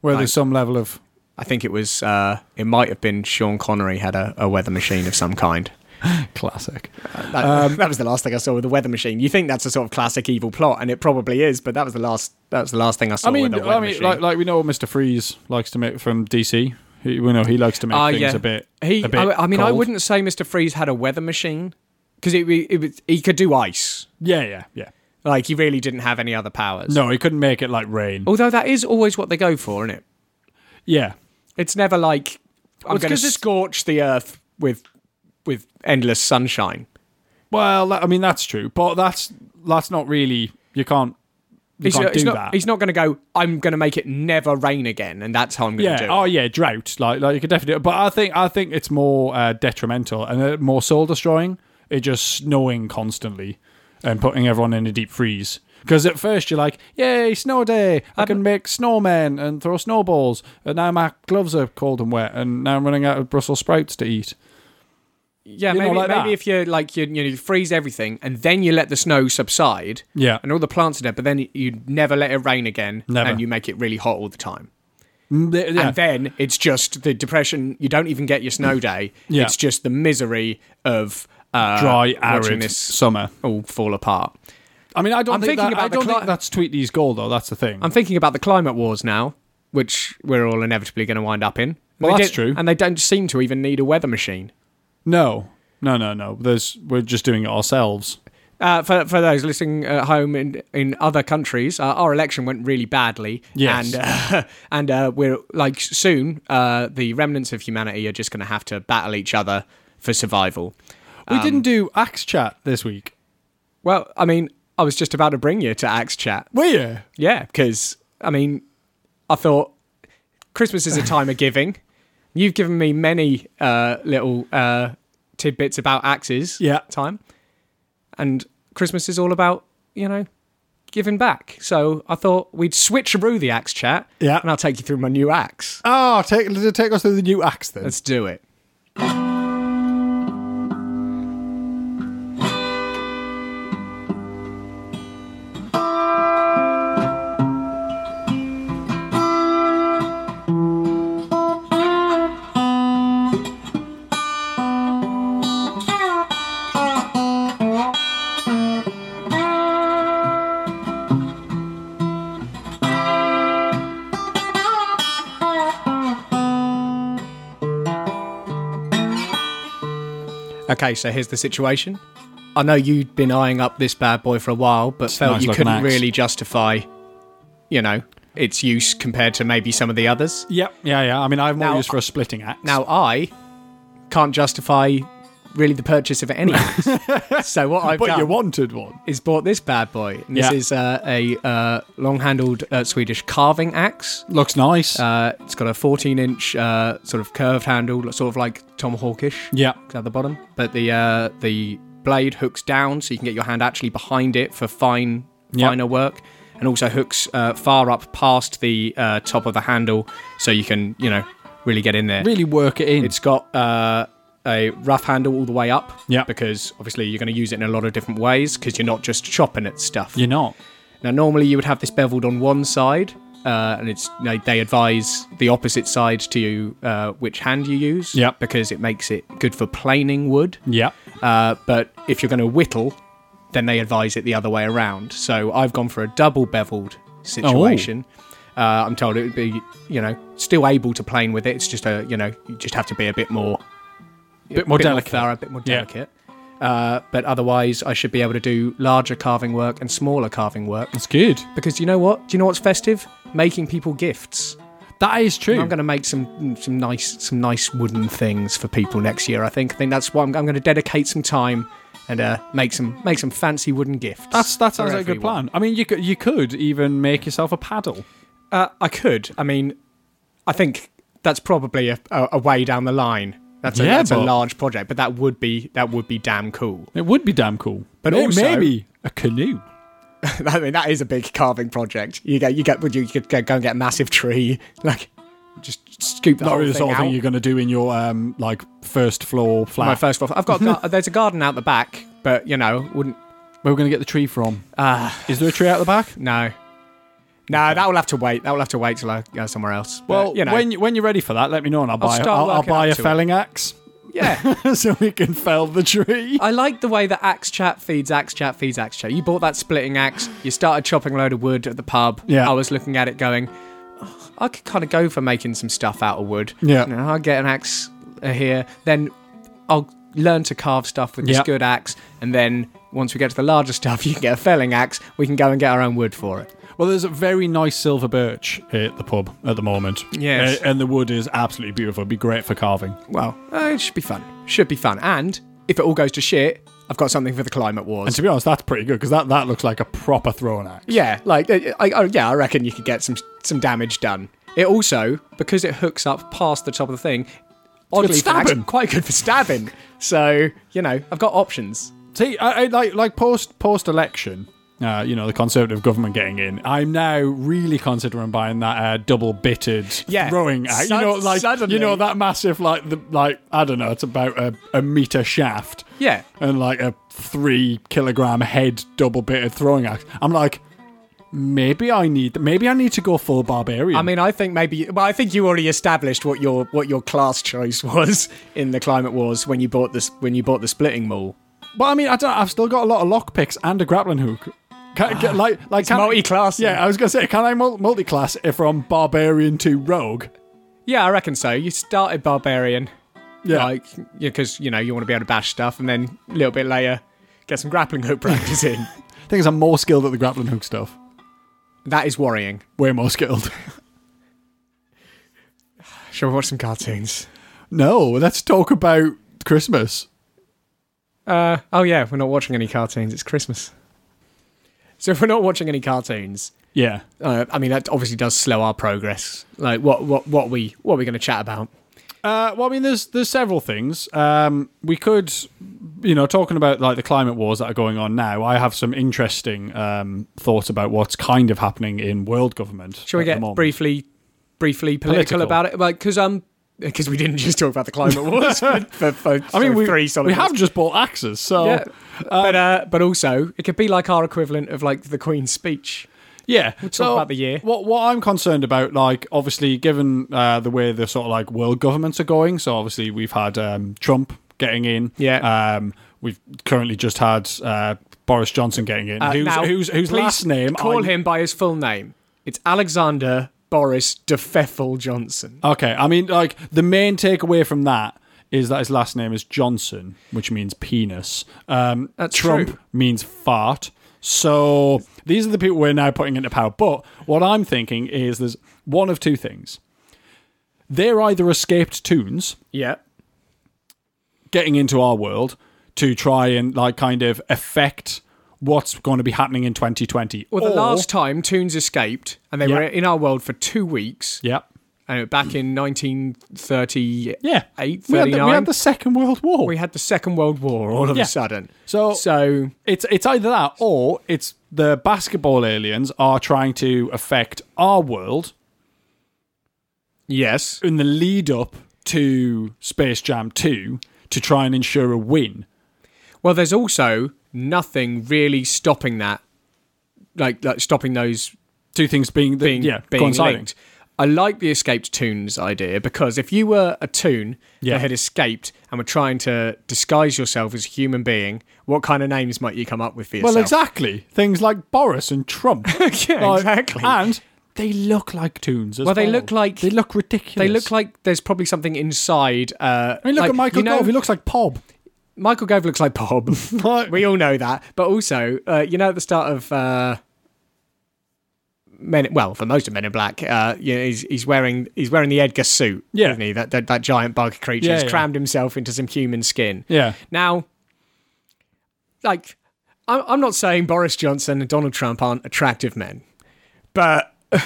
Speaker 3: Where
Speaker 2: like-
Speaker 3: there's some level of
Speaker 2: I think it was. Uh, it might have been Sean Connery had a, a weather machine of some kind. Um,
Speaker 3: classic.
Speaker 2: That, that was the last thing I saw with the weather machine. You think that's a sort of classic evil plot, and it probably is, but that was the last. That was the last thing I saw
Speaker 3: I mean,
Speaker 2: with a weather
Speaker 3: I mean,
Speaker 2: machine.
Speaker 3: like, like we know Mr. Freeze likes to make from DC. He, we know he likes to make
Speaker 2: Ah,
Speaker 3: things
Speaker 2: yeah.
Speaker 3: a bit.
Speaker 2: He,
Speaker 3: a bit
Speaker 2: I, I mean, I
Speaker 3: cold.
Speaker 2: wouldn't say Mr. Freeze had a weather machine because it, it, was- he could do ice.
Speaker 3: Yeah, yeah, yeah.
Speaker 2: Like he really didn't have any other powers.
Speaker 3: No, he couldn't make it like rain.
Speaker 2: Although that is always what they go for, isn't it?
Speaker 3: Yeah,
Speaker 2: It's never like I'm going
Speaker 3: it's
Speaker 2: to
Speaker 3: 'cause it's-
Speaker 2: scorch the earth with with endless sunshine.
Speaker 3: Well, I mean that's true, but that's that's not really you can't you
Speaker 2: He's,
Speaker 3: can't
Speaker 2: he's
Speaker 3: do
Speaker 2: not.
Speaker 3: that.
Speaker 2: He's not going to go. I'm going to make it never rain again, and that's how I'm going to do.
Speaker 3: yeah. Oh
Speaker 2: it.
Speaker 3: yeah, drought. Like like you could definitely. But I think I think it's more uh, detrimental and uh, more soul destroying. It just snowing constantly and putting everyone in a deep freeze. Because at first you're like, "Yay, snow day! I can make snowmen and throw snowballs." And now my gloves are cold and wet, and now I'm running out of Brussels sprouts to eat.
Speaker 2: yeah.
Speaker 3: you know,
Speaker 2: Maybe,
Speaker 3: like that.
Speaker 2: maybe if you like you, you know, you freeze everything, and then you let the snow subside,
Speaker 3: Yeah,
Speaker 2: and all the plants are dead, but then you never let it rain again,
Speaker 3: Never.
Speaker 2: and you make it really hot all the time.
Speaker 3: Mm, th- yeah.
Speaker 2: And then uh, it's just the depression. You don't even get your snow day.
Speaker 3: Yeah.
Speaker 2: It's just the misery of uh,
Speaker 3: dry,
Speaker 2: watching
Speaker 3: arid
Speaker 2: this
Speaker 3: summer.
Speaker 2: all fall apart.
Speaker 3: I mean, I don't.
Speaker 2: I'm
Speaker 3: think
Speaker 2: thinking
Speaker 3: that-
Speaker 2: about
Speaker 3: I
Speaker 2: the
Speaker 3: don't
Speaker 2: cli-
Speaker 3: think that's Tweety's goal, though. That's the thing.
Speaker 2: I'm thinking about the climate wars now, which we're all inevitably going to wind up in. And
Speaker 3: Well,
Speaker 2: they
Speaker 3: that's
Speaker 2: don't-
Speaker 3: true.
Speaker 2: And they don't seem to even need a weather machine.
Speaker 3: No, no, no, no. There's we're just doing it ourselves.
Speaker 2: Uh, for for those listening at home in in other countries, uh, our election went really badly.
Speaker 3: Yes.
Speaker 2: and uh, and uh, we're like soon uh, the remnants of humanity are just going to have to battle each other for survival.
Speaker 3: We
Speaker 2: Um,
Speaker 3: didn't do axe chat this week.
Speaker 2: Well, I mean, I was just about to bring you to Axe Chat.
Speaker 3: Were you?
Speaker 2: Yeah, because I mean, I thought Christmas is a time of giving. You've given me many uh, little uh, tidbits about axes.
Speaker 3: Yeah.
Speaker 2: time, and Christmas is all about you know giving back. So I thought we'd switcheroo the axe chat.
Speaker 3: Yeah.
Speaker 2: and I'll take you through my new axe.
Speaker 3: Oh, take take us through the new axe then.
Speaker 2: Let's do it. Okay, so here's the situation. I know you'd been eyeing up this bad boy for a while, but
Speaker 3: a
Speaker 2: felt
Speaker 3: nice
Speaker 2: you
Speaker 3: looking
Speaker 2: couldn't
Speaker 3: axe.
Speaker 2: really justify, you know, its use compared to maybe some of the others.
Speaker 3: Yep. Yeah, yeah. I mean, I have more
Speaker 2: Now-
Speaker 3: use for a splitting axe.
Speaker 2: Now I can't justify really the purchase of any axe. so what I've
Speaker 3: but
Speaker 2: done
Speaker 3: you wanted one.
Speaker 2: is bought this bad boy. And
Speaker 3: Yeah.
Speaker 2: This is uh, a uh, long-handled uh, Swedish carving axe.
Speaker 3: Looks nice.
Speaker 2: Uh, it's got a 14-inch uh, sort of curved handle, sort of like tomahawkish
Speaker 3: yeah.
Speaker 2: at the bottom. But the uh, the blade hooks down, so you can get your hand actually behind it for fine
Speaker 3: Yep.
Speaker 2: finer work, and also hooks uh, far up past the uh, top of the handle, so you can you know really get in there.
Speaker 3: Really work it in.
Speaker 2: It's got uh, a rough handle all the way up,
Speaker 3: Yep.
Speaker 2: because obviously you're going to use it in a lot of different ways because you're not just chopping at stuff.
Speaker 3: You're not.
Speaker 2: Now, normally you would have this beveled on one side, uh, and it's they, they advise the opposite side to you uh, which hand you use.
Speaker 3: Yep.
Speaker 2: Because it makes it good for planing wood.
Speaker 3: Yeah.
Speaker 2: Uh, but if you're going to whittle, then they advise it the other way around. So I've gone for a double beveled situation.
Speaker 3: Oh,
Speaker 2: Uh, I'm told it would be, you know, still able to plane with it. It's just a, you know, you just have to be a bit more,
Speaker 3: Bit more delicate.
Speaker 2: thorough, a bit more
Speaker 3: Yeah.
Speaker 2: delicate. Uh, but otherwise, I should be able to do larger carving work and smaller carving work.
Speaker 3: That's good.
Speaker 2: Because you know what? Do you know what's festive? Making people gifts.
Speaker 3: That is true.
Speaker 2: I'm going to make some some nice some nice wooden things for people next year. I think. I think that's what I'm, I'm going to dedicate some time and uh, make some make some fancy wooden gifts.
Speaker 3: That's that sounds
Speaker 2: for
Speaker 3: like a good
Speaker 2: everyone.
Speaker 3: plan. I mean, you could you could even make yourself a paddle.
Speaker 2: Uh, I could. I mean, I think that's probably a, a, a way down the line. That's, a,
Speaker 3: Yeah,
Speaker 2: that's a
Speaker 3: but-
Speaker 2: large project, but that would be that would be damn cool.
Speaker 3: It would be damn cool.
Speaker 2: But
Speaker 3: May-
Speaker 2: also-
Speaker 3: maybe a canoe.
Speaker 2: I mean, that is a big carving project. You get you get you could go go and get a massive tree, like just scoop the
Speaker 3: Not
Speaker 2: whole
Speaker 3: really
Speaker 2: thing
Speaker 3: the sort of
Speaker 2: out.
Speaker 3: thing you're going to do in your um like first floor flat.
Speaker 2: My first floor. I've got a gar- there's a garden out the back, but you know wouldn't
Speaker 3: Where we're going to get the tree from?
Speaker 2: Uh,
Speaker 3: is there a tree out the back?
Speaker 2: No. No, that will have to wait. That will have to wait till I go somewhere else. But,
Speaker 3: Well,
Speaker 2: you know,
Speaker 3: when when you're ready for that, let me know and I'll buy
Speaker 2: start
Speaker 3: I'll, I'll
Speaker 2: working
Speaker 3: buy
Speaker 2: up
Speaker 3: a
Speaker 2: to it.
Speaker 3: felling axe
Speaker 2: yeah,
Speaker 3: so we can fell the tree.
Speaker 2: I like the way that axe chat feeds axe chat feeds axe chat. You bought that splitting axe. You started chopping a load of wood at the pub.
Speaker 3: Yeah.
Speaker 2: I was looking at it, going, "Oh, I could kind of go for making some stuff out of wood.
Speaker 3: Yeah.
Speaker 2: You know, I'll get an axe uh, here, then I'll learn to carve stuff with this
Speaker 3: Yeah.
Speaker 2: good axe, and then once we get to the larger stuff, you can get a felling axe. We can go and get our own wood for it.
Speaker 3: Well, there's a very nice silver birch at the pub at the moment.
Speaker 2: Yes.
Speaker 3: A- and the wood is absolutely beautiful. It'd be great for carving.
Speaker 2: Well, uh, it should be fun. Should be fun. And if it all goes to shit, I've got something for the climate wars.
Speaker 3: And to be honest, that's pretty good because that, that looks like a proper thrown axe.
Speaker 2: Yeah, like uh, I, I, yeah, I reckon you could get some some damage done. It also because it hooks up past the top of the thing. Oddly, for axe,
Speaker 3: stabbing.
Speaker 2: quite good for stabbing. So you know, I've got options.
Speaker 3: See, I, I like like post post election, uh, you know, the Conservative government getting in. I'm now really considering buying that uh, double bitted
Speaker 2: Yeah.
Speaker 3: throwing axe. You
Speaker 2: Sud-
Speaker 3: know, like
Speaker 2: suddenly.
Speaker 3: you know that massive like the like I don't know, it's about a, a meter shaft.
Speaker 2: Yeah.
Speaker 3: and like a three kilogram head double bitted throwing axe. I'm like, maybe I need maybe I need to go full barbarian.
Speaker 2: I mean, I think maybe. Well, I think you already established what your what your class choice was in the climate wars when you bought this when you bought the splitting maul.
Speaker 3: But I mean, I don't. I've still got a lot of lockpicks and a grappling hook. Can,
Speaker 2: Ah,
Speaker 3: can, like, like can-
Speaker 2: multi-classing.
Speaker 3: Yeah, I was gonna say, can I mul- multi-class if from barbarian to rogue?
Speaker 2: Yeah, I reckon so. You started barbarian.
Speaker 3: Yeah,
Speaker 2: Like, because, you know, you want to be able to bash stuff and then a little bit later get some grappling hook practice in.
Speaker 3: thing is, I'm more skilled at the grappling hook stuff.
Speaker 2: That is worrying.
Speaker 3: Way more skilled.
Speaker 2: Shall we watch some cartoons?
Speaker 3: no, let's talk about Christmas.
Speaker 2: Uh, oh, yeah, we're not watching any cartoons. It's Christmas. So if we're not watching any cartoons,
Speaker 3: Yeah,
Speaker 2: uh, I mean, that obviously does slow our progress. Like, what, what, what we, what are we going to chat about?
Speaker 3: Uh, well, I mean, there's there's several things. Um, we could, you know, talking about like the climate wars that are going on now. I have some interesting um, thoughts about what's kind of happening in world government.
Speaker 2: Shall we
Speaker 3: at the
Speaker 2: get
Speaker 3: moment.
Speaker 2: briefly, briefly political,
Speaker 3: Political.
Speaker 2: about it? Like, because um, because we didn't just talk about the climate wars. for, for, for,
Speaker 3: I mean,
Speaker 2: for
Speaker 3: we
Speaker 2: three solid
Speaker 3: we have
Speaker 2: minutes.
Speaker 3: just bought axes, so
Speaker 2: Yeah.
Speaker 3: yeah.
Speaker 2: but uh, but also it could be like our equivalent of like the Queen's speech.
Speaker 3: We'll
Speaker 2: talk about the year.
Speaker 3: What what I'm concerned about, like obviously, given uh, the way the sort of like world governments are going, so obviously we've had um, Trump getting in.
Speaker 2: Yeah.
Speaker 3: Um, we've currently just had uh, Boris Johnson getting in.
Speaker 2: Uh,
Speaker 3: who's,
Speaker 2: now,
Speaker 3: who's whose
Speaker 2: please
Speaker 3: last name?
Speaker 2: Call
Speaker 3: I'm-
Speaker 2: him by his full name. It's Alexander Boris de Pfeffel Johnson.
Speaker 3: Okay, I mean, like the main takeaway from that is that his last name is Johnson, which means penis. Um,
Speaker 2: That's
Speaker 3: Trump
Speaker 2: true.
Speaker 3: means fart. So these are the people we're now putting into power. But what I'm thinking is there's one of two things. They're either escaped toons
Speaker 2: Yeah.
Speaker 3: getting into our world to try and like kind of affect what's going to be happening in 2020.
Speaker 2: Well, the
Speaker 3: or,
Speaker 2: last time Toons escaped, and they
Speaker 3: Yeah.
Speaker 2: were in our world for two weeks,
Speaker 3: yeah,
Speaker 2: and back in 1938,
Speaker 3: yeah, we had,
Speaker 2: 39,
Speaker 3: the, we had the Second World War.
Speaker 2: the Second World War all of
Speaker 3: Yeah.
Speaker 2: a sudden.
Speaker 3: so
Speaker 2: So
Speaker 3: It's it's either that or it's the basketball aliens are trying to affect our world
Speaker 2: yes,
Speaker 3: in the lead up to Space Jam 2 to try and ensure a win.
Speaker 2: Well, there's also nothing really stopping that like, like stopping those
Speaker 3: Two things being, the,
Speaker 2: being
Speaker 3: yeah,
Speaker 2: being
Speaker 3: coinciding.
Speaker 2: linked. I like the escaped tunes idea because if you were a tune
Speaker 3: Yeah.
Speaker 2: that had escaped and were trying to disguise yourself as a human being, what kind of names might you come up with for yourself? ah,
Speaker 3: Well, exactly. Things like Boris and Trump.
Speaker 2: Yeah,
Speaker 3: Like,
Speaker 2: exactly.
Speaker 3: And they look like tunes as
Speaker 2: Well,
Speaker 3: well.
Speaker 2: they look like-
Speaker 3: they look ridiculous.
Speaker 2: They look like there's probably something inside. Uh,
Speaker 3: I mean, look
Speaker 2: like,
Speaker 3: at Michael
Speaker 2: you know,
Speaker 3: Gove. He looks like Pob.
Speaker 2: Michael Gove looks like Bob. we all know that. But also, uh, you know, at the start of uh, Men, well, for most of Men in Black, uh, you know, he's, he's wearing he's wearing the Edgar suit,
Speaker 3: Yeah.
Speaker 2: isn't he? That that, that giant bug creature
Speaker 3: Yeah,
Speaker 2: has
Speaker 3: yeah.
Speaker 2: crammed himself into some human skin.
Speaker 3: yeah.
Speaker 2: Now, like, I'm, I'm not saying Boris Johnson and Donald Trump aren't attractive men, but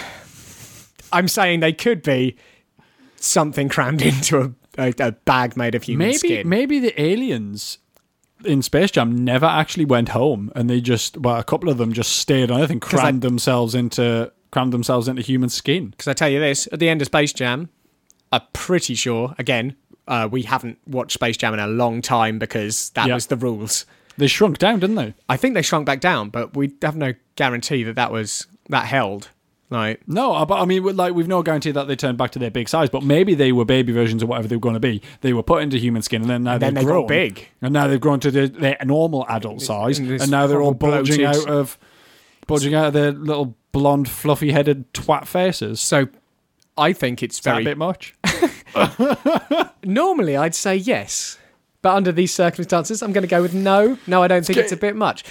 Speaker 2: I'm saying they could be something crammed into a, a, a bag made of human
Speaker 3: Maybe
Speaker 2: skin.
Speaker 3: maybe the aliens in Space Jam never actually went home, and they just well, a couple of them just stayed on Earth and crammed themselves into crammed themselves into human skin.
Speaker 2: Because I tell you this, at the end of Space Jam, I'm pretty sure, again, uh, we haven't watched Space Jam in a long time because that
Speaker 3: Yeah.
Speaker 2: was the rules.
Speaker 3: They shrunk down, didn't they?
Speaker 2: I think they shrunk back down, but we have no guarantee that that was that held. Like,
Speaker 3: No, uh, but I mean, with- like we've no guarantee that they turned back to their big size, but maybe they were baby versions of whatever they were going to be. They were put into human skin, and then now
Speaker 2: then
Speaker 3: they've
Speaker 2: they got
Speaker 3: grown
Speaker 2: big.
Speaker 3: and now they've grown to their, their normal adult size,
Speaker 2: and this
Speaker 3: and now they're all
Speaker 2: horrible
Speaker 3: bulging
Speaker 2: bloated-
Speaker 3: out of bulging out of their little blonde, fluffy-headed twat faces. Is
Speaker 2: so I think it's
Speaker 3: that a
Speaker 2: very
Speaker 3: bit much?
Speaker 2: Normally, I'd say yes, but under these circumstances, I'm going to go with no. No, I don't think it's a bit much.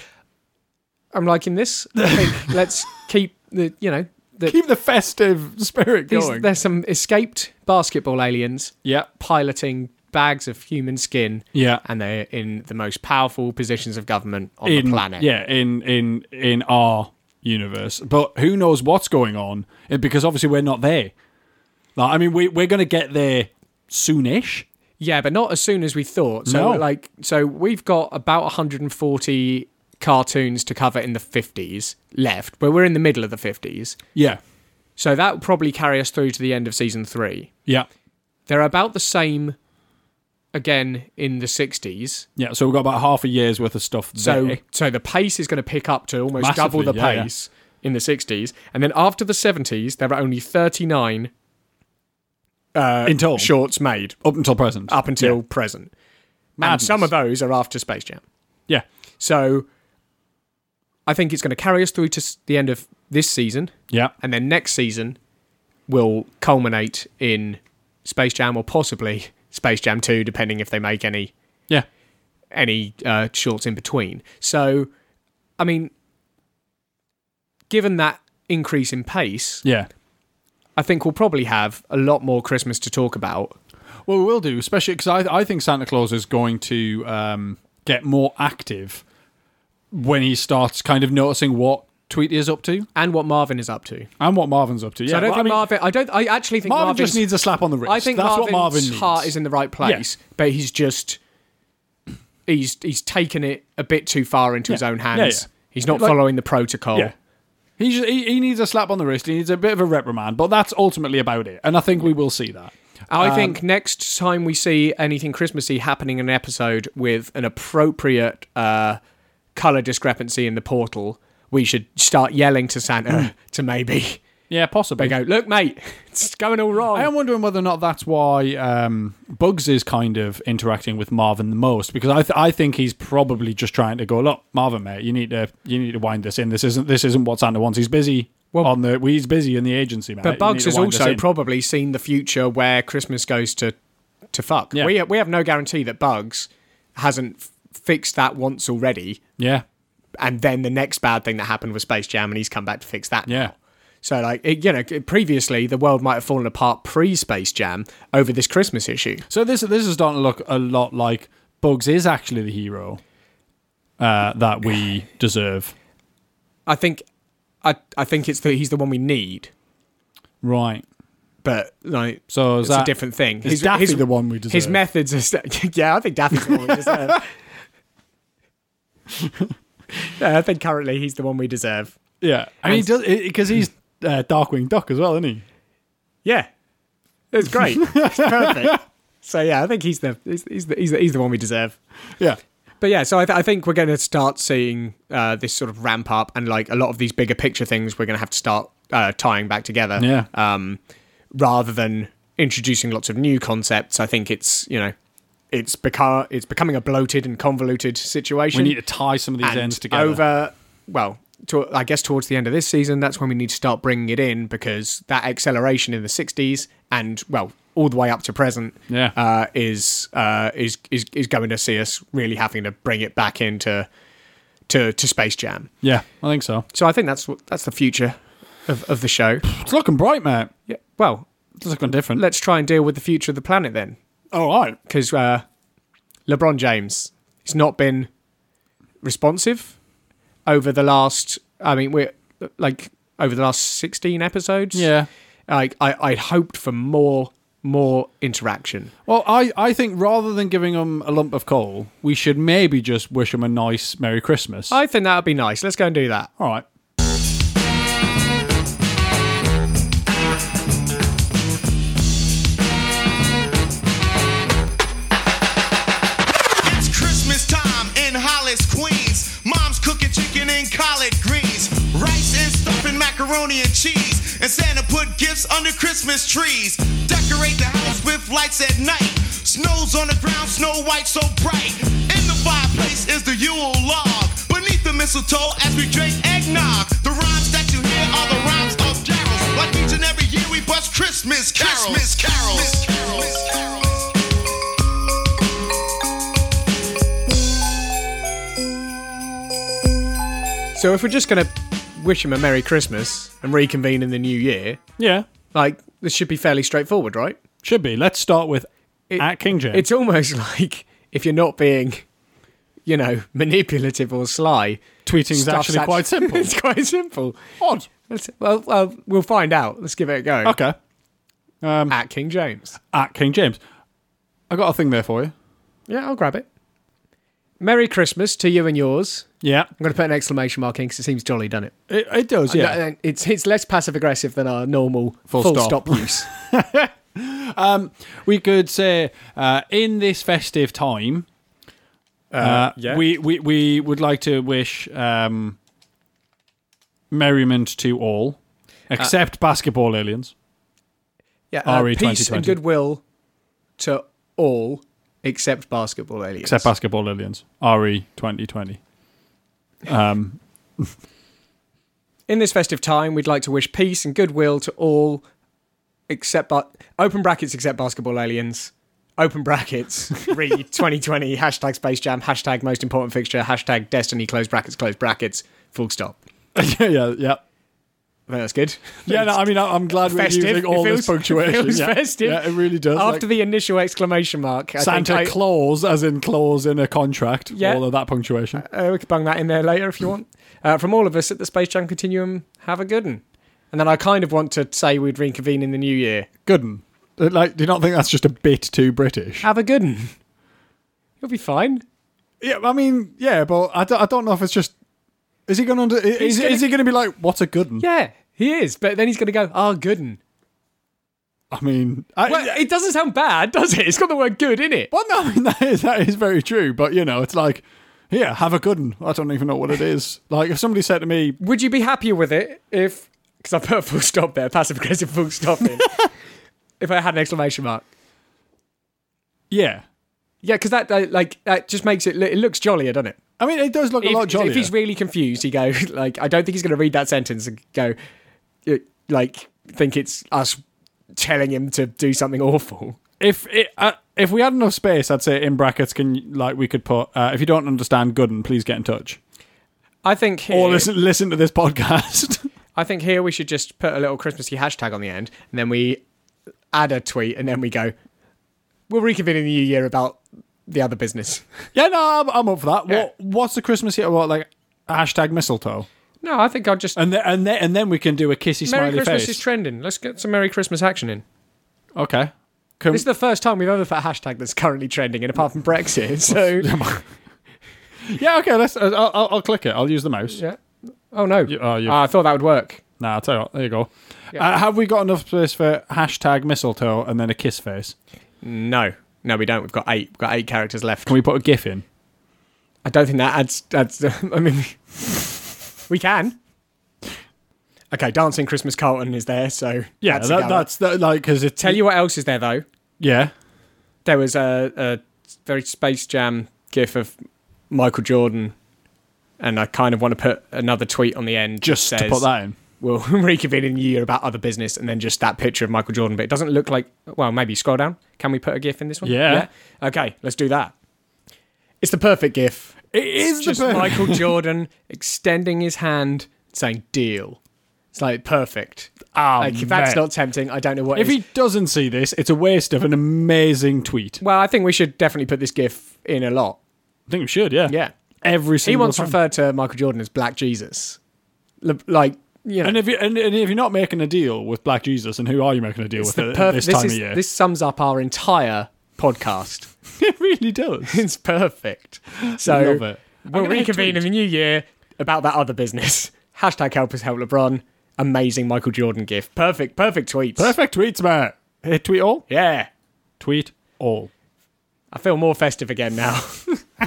Speaker 2: I'm liking this. I think let's keep the you know the,
Speaker 3: Keep the festive spirit
Speaker 2: these,
Speaker 3: going.
Speaker 2: there's some escaped basketball aliens
Speaker 3: yeah,
Speaker 2: piloting bags of human skin,
Speaker 3: yeah.
Speaker 2: and they're in the most powerful positions of government on the planet.
Speaker 3: Yeah, in in in our universe, but who knows what's going on? eh, Because obviously we're not there. Like, I mean, we we're gonna get there soonish.
Speaker 2: Yeah, but not as soon as we thought. So
Speaker 3: No.
Speaker 2: like so we've got about 140 cartoons to cover in the 50s left, but we're in the middle of the 50s.
Speaker 3: Yeah,
Speaker 2: So that will probably carry us through to the end of season three.
Speaker 3: yeah,
Speaker 2: They're about the same again in the 60s.
Speaker 3: yeah. So we've got about half a year's worth of stuff.
Speaker 2: So
Speaker 3: there.
Speaker 2: so the pace is going to pick up to almost
Speaker 3: Massively,
Speaker 2: double the
Speaker 3: yeah, yeah.
Speaker 2: pace in the 60s. And then after the 70s, there are only 39 uh,
Speaker 3: In total.
Speaker 2: shorts made
Speaker 3: up until present,
Speaker 2: up until present. And
Speaker 3: Madness.
Speaker 2: some of those are after Space Jam.
Speaker 3: yeah,
Speaker 2: So I think it's going to carry us through to s- the end of this season.
Speaker 3: yeah,
Speaker 2: and then next season will culminate in Space Jam or possibly Space Jam 2 depending if they make any
Speaker 3: yeah.
Speaker 2: any uh, shorts in between. So I mean given that increase in pace,
Speaker 3: Yeah.
Speaker 2: I think we'll probably have a lot more Christmas to talk about.
Speaker 3: Well, we will do, especially because I, I think Santa Claus is going to um, get more active when he starts kind of noticing what Tweety is up to
Speaker 2: And what Marvin is up to.
Speaker 3: and what Marvin's up to. Yeah,
Speaker 2: So I don't
Speaker 3: well,
Speaker 2: think
Speaker 3: mean,
Speaker 2: Marvin I don't I actually think
Speaker 3: Marvin
Speaker 2: Marvin's-
Speaker 3: just needs a slap on the wrist.
Speaker 2: I think
Speaker 3: that's
Speaker 2: Marvin's
Speaker 3: what Marvin needs.
Speaker 2: heart is in the right place, but he's just he's he's taken it a bit too far into his
Speaker 3: Yeah.
Speaker 2: own
Speaker 3: Yeah,
Speaker 2: hands.
Speaker 3: yeah.
Speaker 2: He's not
Speaker 3: Like-
Speaker 2: following the protocol.
Speaker 3: yeah. He, just, he, he needs a slap on the wrist. He needs a bit of a reprimand, but that's ultimately about it. And I think we will see that.
Speaker 2: I think next time we see anything Christmassy happening in an episode with an appropriate uh, color discrepancy in the portal, we should start yelling to
Speaker 3: Hmm.
Speaker 2: Santa to maybe
Speaker 3: Yeah, possibly.
Speaker 2: go, look, mate, it's going all wrong.
Speaker 3: I am wondering whether or not that's why um, Bugs is kind of interacting with Marvin the most because I, th- I think he's probably just trying to go look Marvin mate you need to you need to wind this in this isn't this isn't what Santa wants he's busy
Speaker 2: Well-
Speaker 3: on the well, he's busy in the agency man
Speaker 2: But Bugs has also probably seen the future where Christmas goes to to fuck.
Speaker 3: Yeah.
Speaker 2: We we have no guarantee that Bugs hasn't f- fixed that once already,
Speaker 3: yeah
Speaker 2: and then the next bad thing that happened was Space Jam, and he's come back to fix that.
Speaker 3: yeah
Speaker 2: now. So like it, you know, c- previously the world might have fallen apart pre Space Jam over this Christmas issue.
Speaker 3: so this this is starting to look a lot like Bugs is actually the hero uh, that we deserve
Speaker 2: I think, I I think it's the he's the one we need,
Speaker 3: right
Speaker 2: but like.
Speaker 3: so is
Speaker 2: It's
Speaker 3: that
Speaker 2: a different thing.
Speaker 3: is Daffy the one we deserve
Speaker 2: His methods are. St- yeah, I think Daffy's the one we deserve. Yeah, I think currently he's the one we deserve.
Speaker 3: yeah I mean he does because he's uh, Darkwing Duck as well isn't he
Speaker 2: Yeah, it's great. it's perfect. So yeah, I think he's the he's, he's the he's the he's the one we deserve.
Speaker 3: yeah
Speaker 2: But yeah, so I, th- I think we're going to start seeing uh, this sort of ramp up, and like a lot of these bigger picture things, we're going to have to start uh, tying back together.
Speaker 3: Yeah.
Speaker 2: Um, rather than introducing lots of new concepts, I think it's you know, it's become it's becoming a bloated and convoluted situation.
Speaker 3: We need to tie some of these
Speaker 2: and
Speaker 3: ends together.
Speaker 2: over. Well, to, I guess towards the end of this season, that's when we need to start bringing it in because that acceleration in the '60s and well, all the way up to present,
Speaker 3: Yeah.
Speaker 2: uh, is uh, is is is going to see us really having to bring it back into to to Space Jam.
Speaker 3: yeah, I think so.
Speaker 2: So I think that's what that's the future of of the show.
Speaker 3: It's looking bright, mate.
Speaker 2: Yeah. Well,
Speaker 3: It's looking different.
Speaker 2: let's try and deal with the future of the planet then,
Speaker 3: All right.
Speaker 2: because uh, LeBron James, he's not been responsive over the last. I mean, we're like over the last sixteen episodes.
Speaker 3: Yeah.
Speaker 2: Like I I hoped for more more interaction.
Speaker 3: Well, I, I think rather than giving them a lump of coal, we should maybe just wish them a nice Merry Christmas.
Speaker 2: I think that would be nice. Let's go and do that.
Speaker 3: All right.
Speaker 4: It's Christmas time in Hollis, Queens. Mom's cooking chicken and collard greens, rice and stuffing macaroni and cheese. And Santa put gifts under Christmas trees. Decorate the house with lights at night. Snow's on the ground, snow white so bright. In the fireplace is the Yule log. Beneath the mistletoe as we drink eggnog. The rhymes that you hear are the rhymes of carols. Like each and every year we bust Christmas carols. Christmas carols. Christmas carols.
Speaker 2: So if we're just gonna wish him a Merry Christmas and reconvene in the new year,
Speaker 3: Yeah.
Speaker 2: like this should be fairly straightforward, right?
Speaker 3: Should be. Let's start with
Speaker 2: It-
Speaker 3: at King James.
Speaker 2: It's almost like if you're not being, you know, manipulative or sly,
Speaker 3: Tweeting's
Speaker 2: stuff's
Speaker 3: actually
Speaker 2: act-
Speaker 3: quite simple.
Speaker 2: it's quite simple.
Speaker 3: odd.
Speaker 2: Let's, well, well, we'll find out. Let's give it a go.
Speaker 3: Okay.
Speaker 2: At King James.
Speaker 3: At King James. I got a thing there for you.
Speaker 2: Yeah, I'll grab it. Merry Christmas to you and yours.
Speaker 3: Yeah.
Speaker 2: I'm going to put an exclamation mark in because it seems jolly, doesn't it?
Speaker 3: It, it does, yeah.
Speaker 2: And It's, it's less passive aggressive than our normal
Speaker 3: Full
Speaker 2: full,
Speaker 3: stop.
Speaker 2: stop. use.
Speaker 3: we could say uh, in this festive time, uh,
Speaker 2: yeah.
Speaker 3: we, we we would like to wish um, merriment to all, except basketball aliens.
Speaker 2: yeah, uh,
Speaker 3: RE
Speaker 2: peace and
Speaker 3: 2020.
Speaker 2: goodwill to all except basketball aliens.
Speaker 3: Except basketball aliens. Re twenty twenty. Um,
Speaker 2: In this festive time, we'd like to wish peace and goodwill to all, except but open brackets, except basketball aliens. Open brackets. Re 2020 hashtag Space Jam hashtag Most Important Fixture hashtag Destiny close brackets close brackets full stop.
Speaker 3: yeah, yeah, yeah.
Speaker 2: I think that's good.
Speaker 3: Yeah, no, I mean, I- I'm glad we're
Speaker 2: Festive.
Speaker 3: using
Speaker 2: It
Speaker 3: all this
Speaker 2: feels-
Speaker 3: punctuation.
Speaker 2: it feels
Speaker 3: yeah.
Speaker 2: festive.
Speaker 3: Yeah, it really does.
Speaker 2: After
Speaker 3: After
Speaker 2: the initial exclamation mark, I
Speaker 3: Santa
Speaker 2: think I-
Speaker 3: clause, as in clause in a contract.
Speaker 2: Yeah.
Speaker 3: All of that punctuation.
Speaker 2: Uh, we could bung that in there later if you want. Uh, from all of us at the Space Jam Continuum, have a good one. And then I kind of want to say we'd reconvene in the new year.
Speaker 3: Good. un. Like, do you not think that's just a bit too British?
Speaker 2: Have a good one. You'll be fine.
Speaker 3: Yeah, I mean, yeah, but I don't, I don't know if it's just. Is he going to? Is,
Speaker 2: He's gonna-
Speaker 3: is he going to be like, what's a good one?
Speaker 2: Yeah, he is. But then he's going to go, ah, good un.
Speaker 3: I mean, I,
Speaker 2: Well, it doesn't sound bad, does it? It's got the word good in it.
Speaker 3: well, no, I mean, that is that is very true. But you know, it's like, yeah, have a good one. I don't even know what it is. like, if somebody said to me,
Speaker 2: Would you be happier with it if. Because I put a full stop there, passive aggressive full stop in. if I had an exclamation mark.
Speaker 3: yeah,
Speaker 2: Yeah, because that, that, like, that just makes it. It looks jollier, doesn't it?
Speaker 3: I mean, it does look a lot
Speaker 2: if,
Speaker 3: jollier.
Speaker 2: if he's really confused, he go like, I don't think he's going to read that sentence and go, y- like, think it's us telling him to do something awful.
Speaker 3: if it, uh, if we had enough space, I'd say in brackets, can you- like we could put, uh, if you don't understand good and please get in touch
Speaker 2: I think here,
Speaker 3: or listen listen to this podcast.
Speaker 2: I think here we should just put a little Christmassy hashtag on the end, and then we add a tweet, and then we go, we'll reconvene in the new year about the other business.
Speaker 3: yeah, no, I'm, I'm up for that.
Speaker 2: Yeah.
Speaker 3: What what's the Christmas here? What like hashtag mistletoe?
Speaker 2: No, I think I'll just
Speaker 3: And then, and then and then we can do a kissy
Speaker 2: Merry
Speaker 3: smiley
Speaker 2: Christmas
Speaker 3: face.
Speaker 2: is trending. Let's get some Merry Christmas action in.
Speaker 3: okay. Can,
Speaker 2: This is the first time we've ever put a hashtag that's currently trending, and apart from Brexit, so
Speaker 3: yeah, okay. Let's. Uh, I'll, I'll- I'll click it. I'll use the mouse.
Speaker 2: yeah. Oh no,
Speaker 3: oh, you-
Speaker 2: Ah, I thought that would work.
Speaker 3: Nah, I'll tell you what. There you go. Uh, have we got enough space for hashtag mistletoe and then a kiss face?
Speaker 2: No, no, we don't. We've got eight. We've got eight characters left.
Speaker 3: Can we put a gif in?
Speaker 2: I don't think that adds. adds I mean, we can. Okay, Dancing Christmas Carlton is there, so
Speaker 3: Yeah,
Speaker 2: that's, a
Speaker 3: that,
Speaker 2: goer.
Speaker 3: that's that, like because it's
Speaker 2: Tell you what else is there though.
Speaker 3: yeah.
Speaker 2: There was a, a very Space Jam gif of Michael Jordan, and I kind of want to put another tweet on the end. that
Speaker 3: Just to
Speaker 2: says,
Speaker 3: put that in.
Speaker 2: We'll reconvene in a year about other business, and then just that picture of Michael Jordan. But it doesn't look like. Well, maybe scroll down. Can we put a gif in this one?
Speaker 3: Yeah.
Speaker 2: Okay, let's do that. It's the perfect gif.
Speaker 3: It is
Speaker 2: just Michael Jordan extending his hand, saying "deal." It's like perfect.
Speaker 3: Ah,
Speaker 2: Like, if that's
Speaker 3: mate.
Speaker 2: not tempting, I don't know what.
Speaker 3: If
Speaker 2: is.
Speaker 3: he doesn't see this, it's a waste of an amazing tweet.
Speaker 2: well, I think we should definitely put this GIF in a lot.
Speaker 3: I think we should. Yeah.
Speaker 2: Yeah,
Speaker 3: Every
Speaker 2: he
Speaker 3: single
Speaker 2: once
Speaker 3: time.
Speaker 2: referred to Michael Jordan as Black Jesus. L- Like, you know,
Speaker 3: and if you and, and if you're not making a deal with Black Jesus, and who are you making a deal
Speaker 2: it's
Speaker 3: with
Speaker 2: the
Speaker 3: at
Speaker 2: perf-
Speaker 3: Uh, this
Speaker 2: this
Speaker 3: time
Speaker 2: is-
Speaker 3: of year?
Speaker 2: This sums up our entire podcast.
Speaker 3: it really does.
Speaker 2: it's perfect. So
Speaker 3: Love it. I'm
Speaker 2: we'll
Speaker 3: gonna hit
Speaker 2: reconvene in
Speaker 3: tweet.
Speaker 2: the new year about that other business. Hashtag help us help LeBron. Amazing Michael Jordan GIF. Perfect, perfect tweets.
Speaker 3: Perfect tweets, Matt. Hit tweet all.
Speaker 2: Yeah.
Speaker 3: Tweet all.
Speaker 2: I feel more festive again now.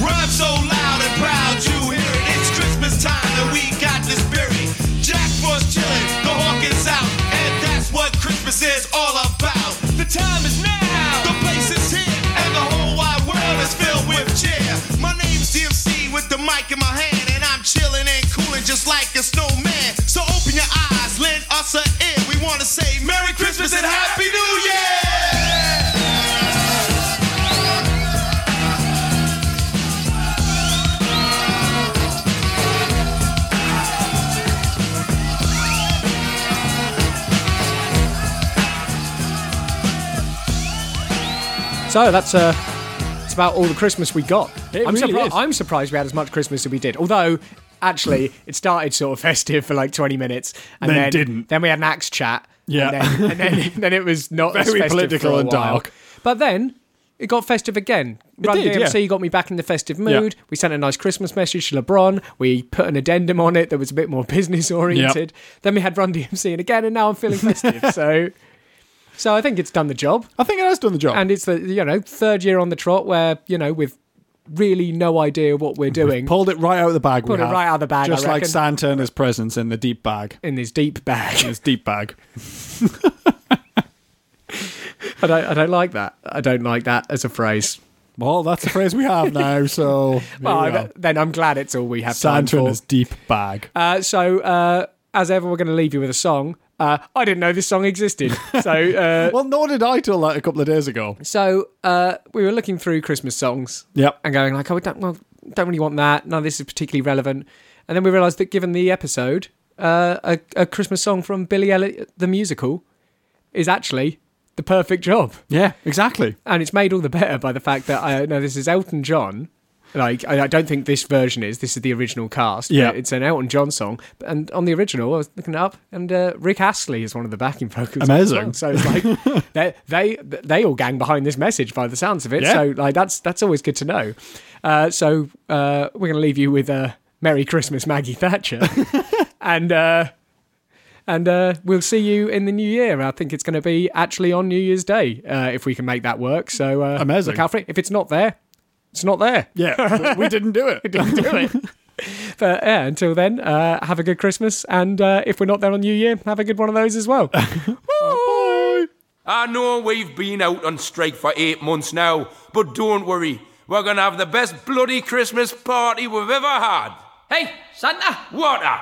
Speaker 4: Run so loud and proud you hear it. It's Christmas time and we got this spirit. Jack Frost chillin', the hawk is out, and that's what Christmas is all about. The time is now, the place is here, and the whole wide world is filled with cheer. My name's DMC with the mic in my hand, and I'm chillin' and coolin' just like a snowman. So open your eyes, lend us an ear. We wanna say Merry Christmas and Happy New Year!
Speaker 2: So that's uh, it's about all the Christmas we got.
Speaker 3: It
Speaker 2: I'm,
Speaker 3: really
Speaker 2: surpri-
Speaker 3: is.
Speaker 2: I'm surprised we had as much Christmas as we did. Although, actually, it started sort of festive for like 20 minutes, and
Speaker 3: Then
Speaker 2: then,
Speaker 3: didn't.
Speaker 2: Then we had an axe chat.
Speaker 3: Yeah.
Speaker 2: and then and then, then it was not as
Speaker 3: Very
Speaker 2: festive for
Speaker 3: political
Speaker 2: a
Speaker 3: and
Speaker 2: while.
Speaker 3: dark.
Speaker 2: But then it got festive again. Run
Speaker 3: did,
Speaker 2: DMC
Speaker 3: yeah.
Speaker 2: got me back in the festive mood. We sent a nice Christmas message to LeBron. We put an addendum on it that was a bit more business oriented. Then we had Run DMC and again, and now I'm feeling festive. so, so I think it's done the job
Speaker 3: I think it has done the job.
Speaker 2: and it's the you know third year on the trot where you know with really no idea what we're doing
Speaker 3: Pulled it right out of the bag. we
Speaker 2: Pulled it
Speaker 3: have.
Speaker 2: right out of the bag,
Speaker 3: Just
Speaker 2: I
Speaker 3: like
Speaker 2: reckon.
Speaker 3: Santa and his presents in the deep bag.
Speaker 2: in this deep bag.
Speaker 3: His deep bag.
Speaker 2: I don't, I don't like that. I don't like that as a phrase.
Speaker 3: Well, that's the phrase we have now. So here
Speaker 2: Well,
Speaker 3: we
Speaker 2: I,
Speaker 3: are.
Speaker 2: then I'm glad it's all we have time
Speaker 3: Santa and
Speaker 2: for.
Speaker 3: his deep bag.
Speaker 2: Uh, so uh, as ever, we're going to leave you with a song. Uh, I didn't know this song existed. So uh,
Speaker 3: Well, nor did I till like a couple of days ago.
Speaker 2: so uh, we were looking through Christmas songs.
Speaker 3: Yep.
Speaker 2: and going like, oh, I don't, well, don't really want that. None of this is particularly relevant. And then we realised that given the episode, uh, a, a Christmas song from Billy Elliot the musical is actually the perfect job,
Speaker 3: Yeah, exactly.
Speaker 2: and it's made all the better by the fact that I know this is Elton John. Like, I, I don't think this version is. This is the original cast. but
Speaker 3: Yeah.
Speaker 2: it's an Elton John song, and on the original, I was looking it up, and uh, Rick Astley is one of the backing vocals. as
Speaker 3: Amazing.
Speaker 2: well. So it's like they they they all gang behind this message by the sounds of it.
Speaker 3: Yeah.
Speaker 2: So like that's that's always good to know. Uh, so uh, we're gonna leave you with uh, Merry Christmas, Maggie Thatcher, and uh, and uh, we'll see you in the new year. I think it's gonna be actually on New Year's Day uh, if we can make that work. So uh,
Speaker 3: Amazing.
Speaker 2: look out for it. If it's not there, it's not there.
Speaker 3: Yeah, but we didn't do it.
Speaker 2: Didn't do it. But yeah, until then, uh, have a good Christmas, and uh, if we're not there on New Year, have a good one of those as well. Bye.
Speaker 5: I know we've been out on strike for eight months now, but don't worry, we're gonna have the best bloody Christmas party we've ever had.
Speaker 6: Hey, Santa,
Speaker 5: Water!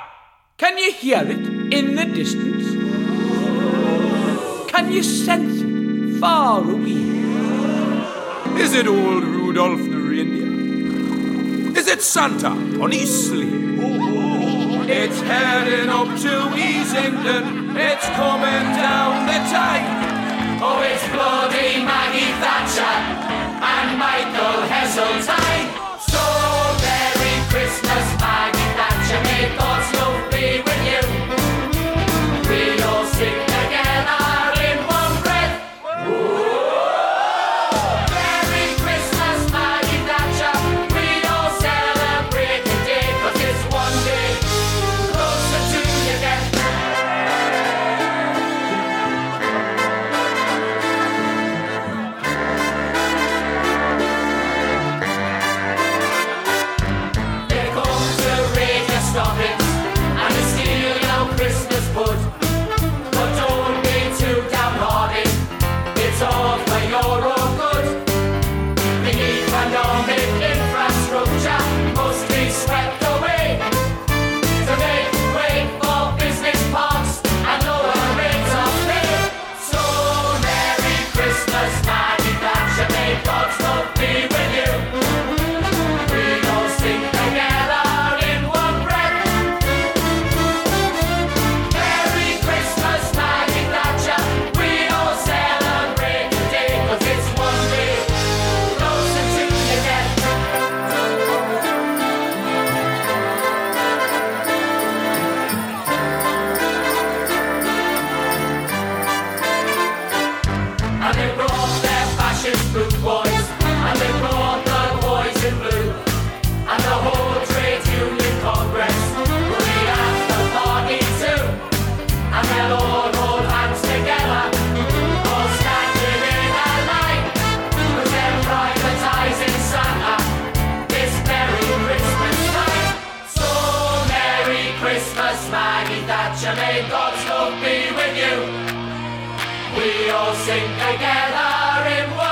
Speaker 6: can you hear it in the distance? Can you sense it far away?
Speaker 5: Is it old Rudolph the reindeer? Is it Santa on his sleigh? It's heading up to East England, it's coming down the tide.
Speaker 6: Oh, it's bloody Maggie Thatcher and Michael Heseltine. So Merry Christmas, Maggie Thatcher. May God's love be with you. We'll all sing together in one breath. Merry Christmas, Maggie Thatcher. We all celebrate today, 'cause it's one day closer to you get. e all sing together in one.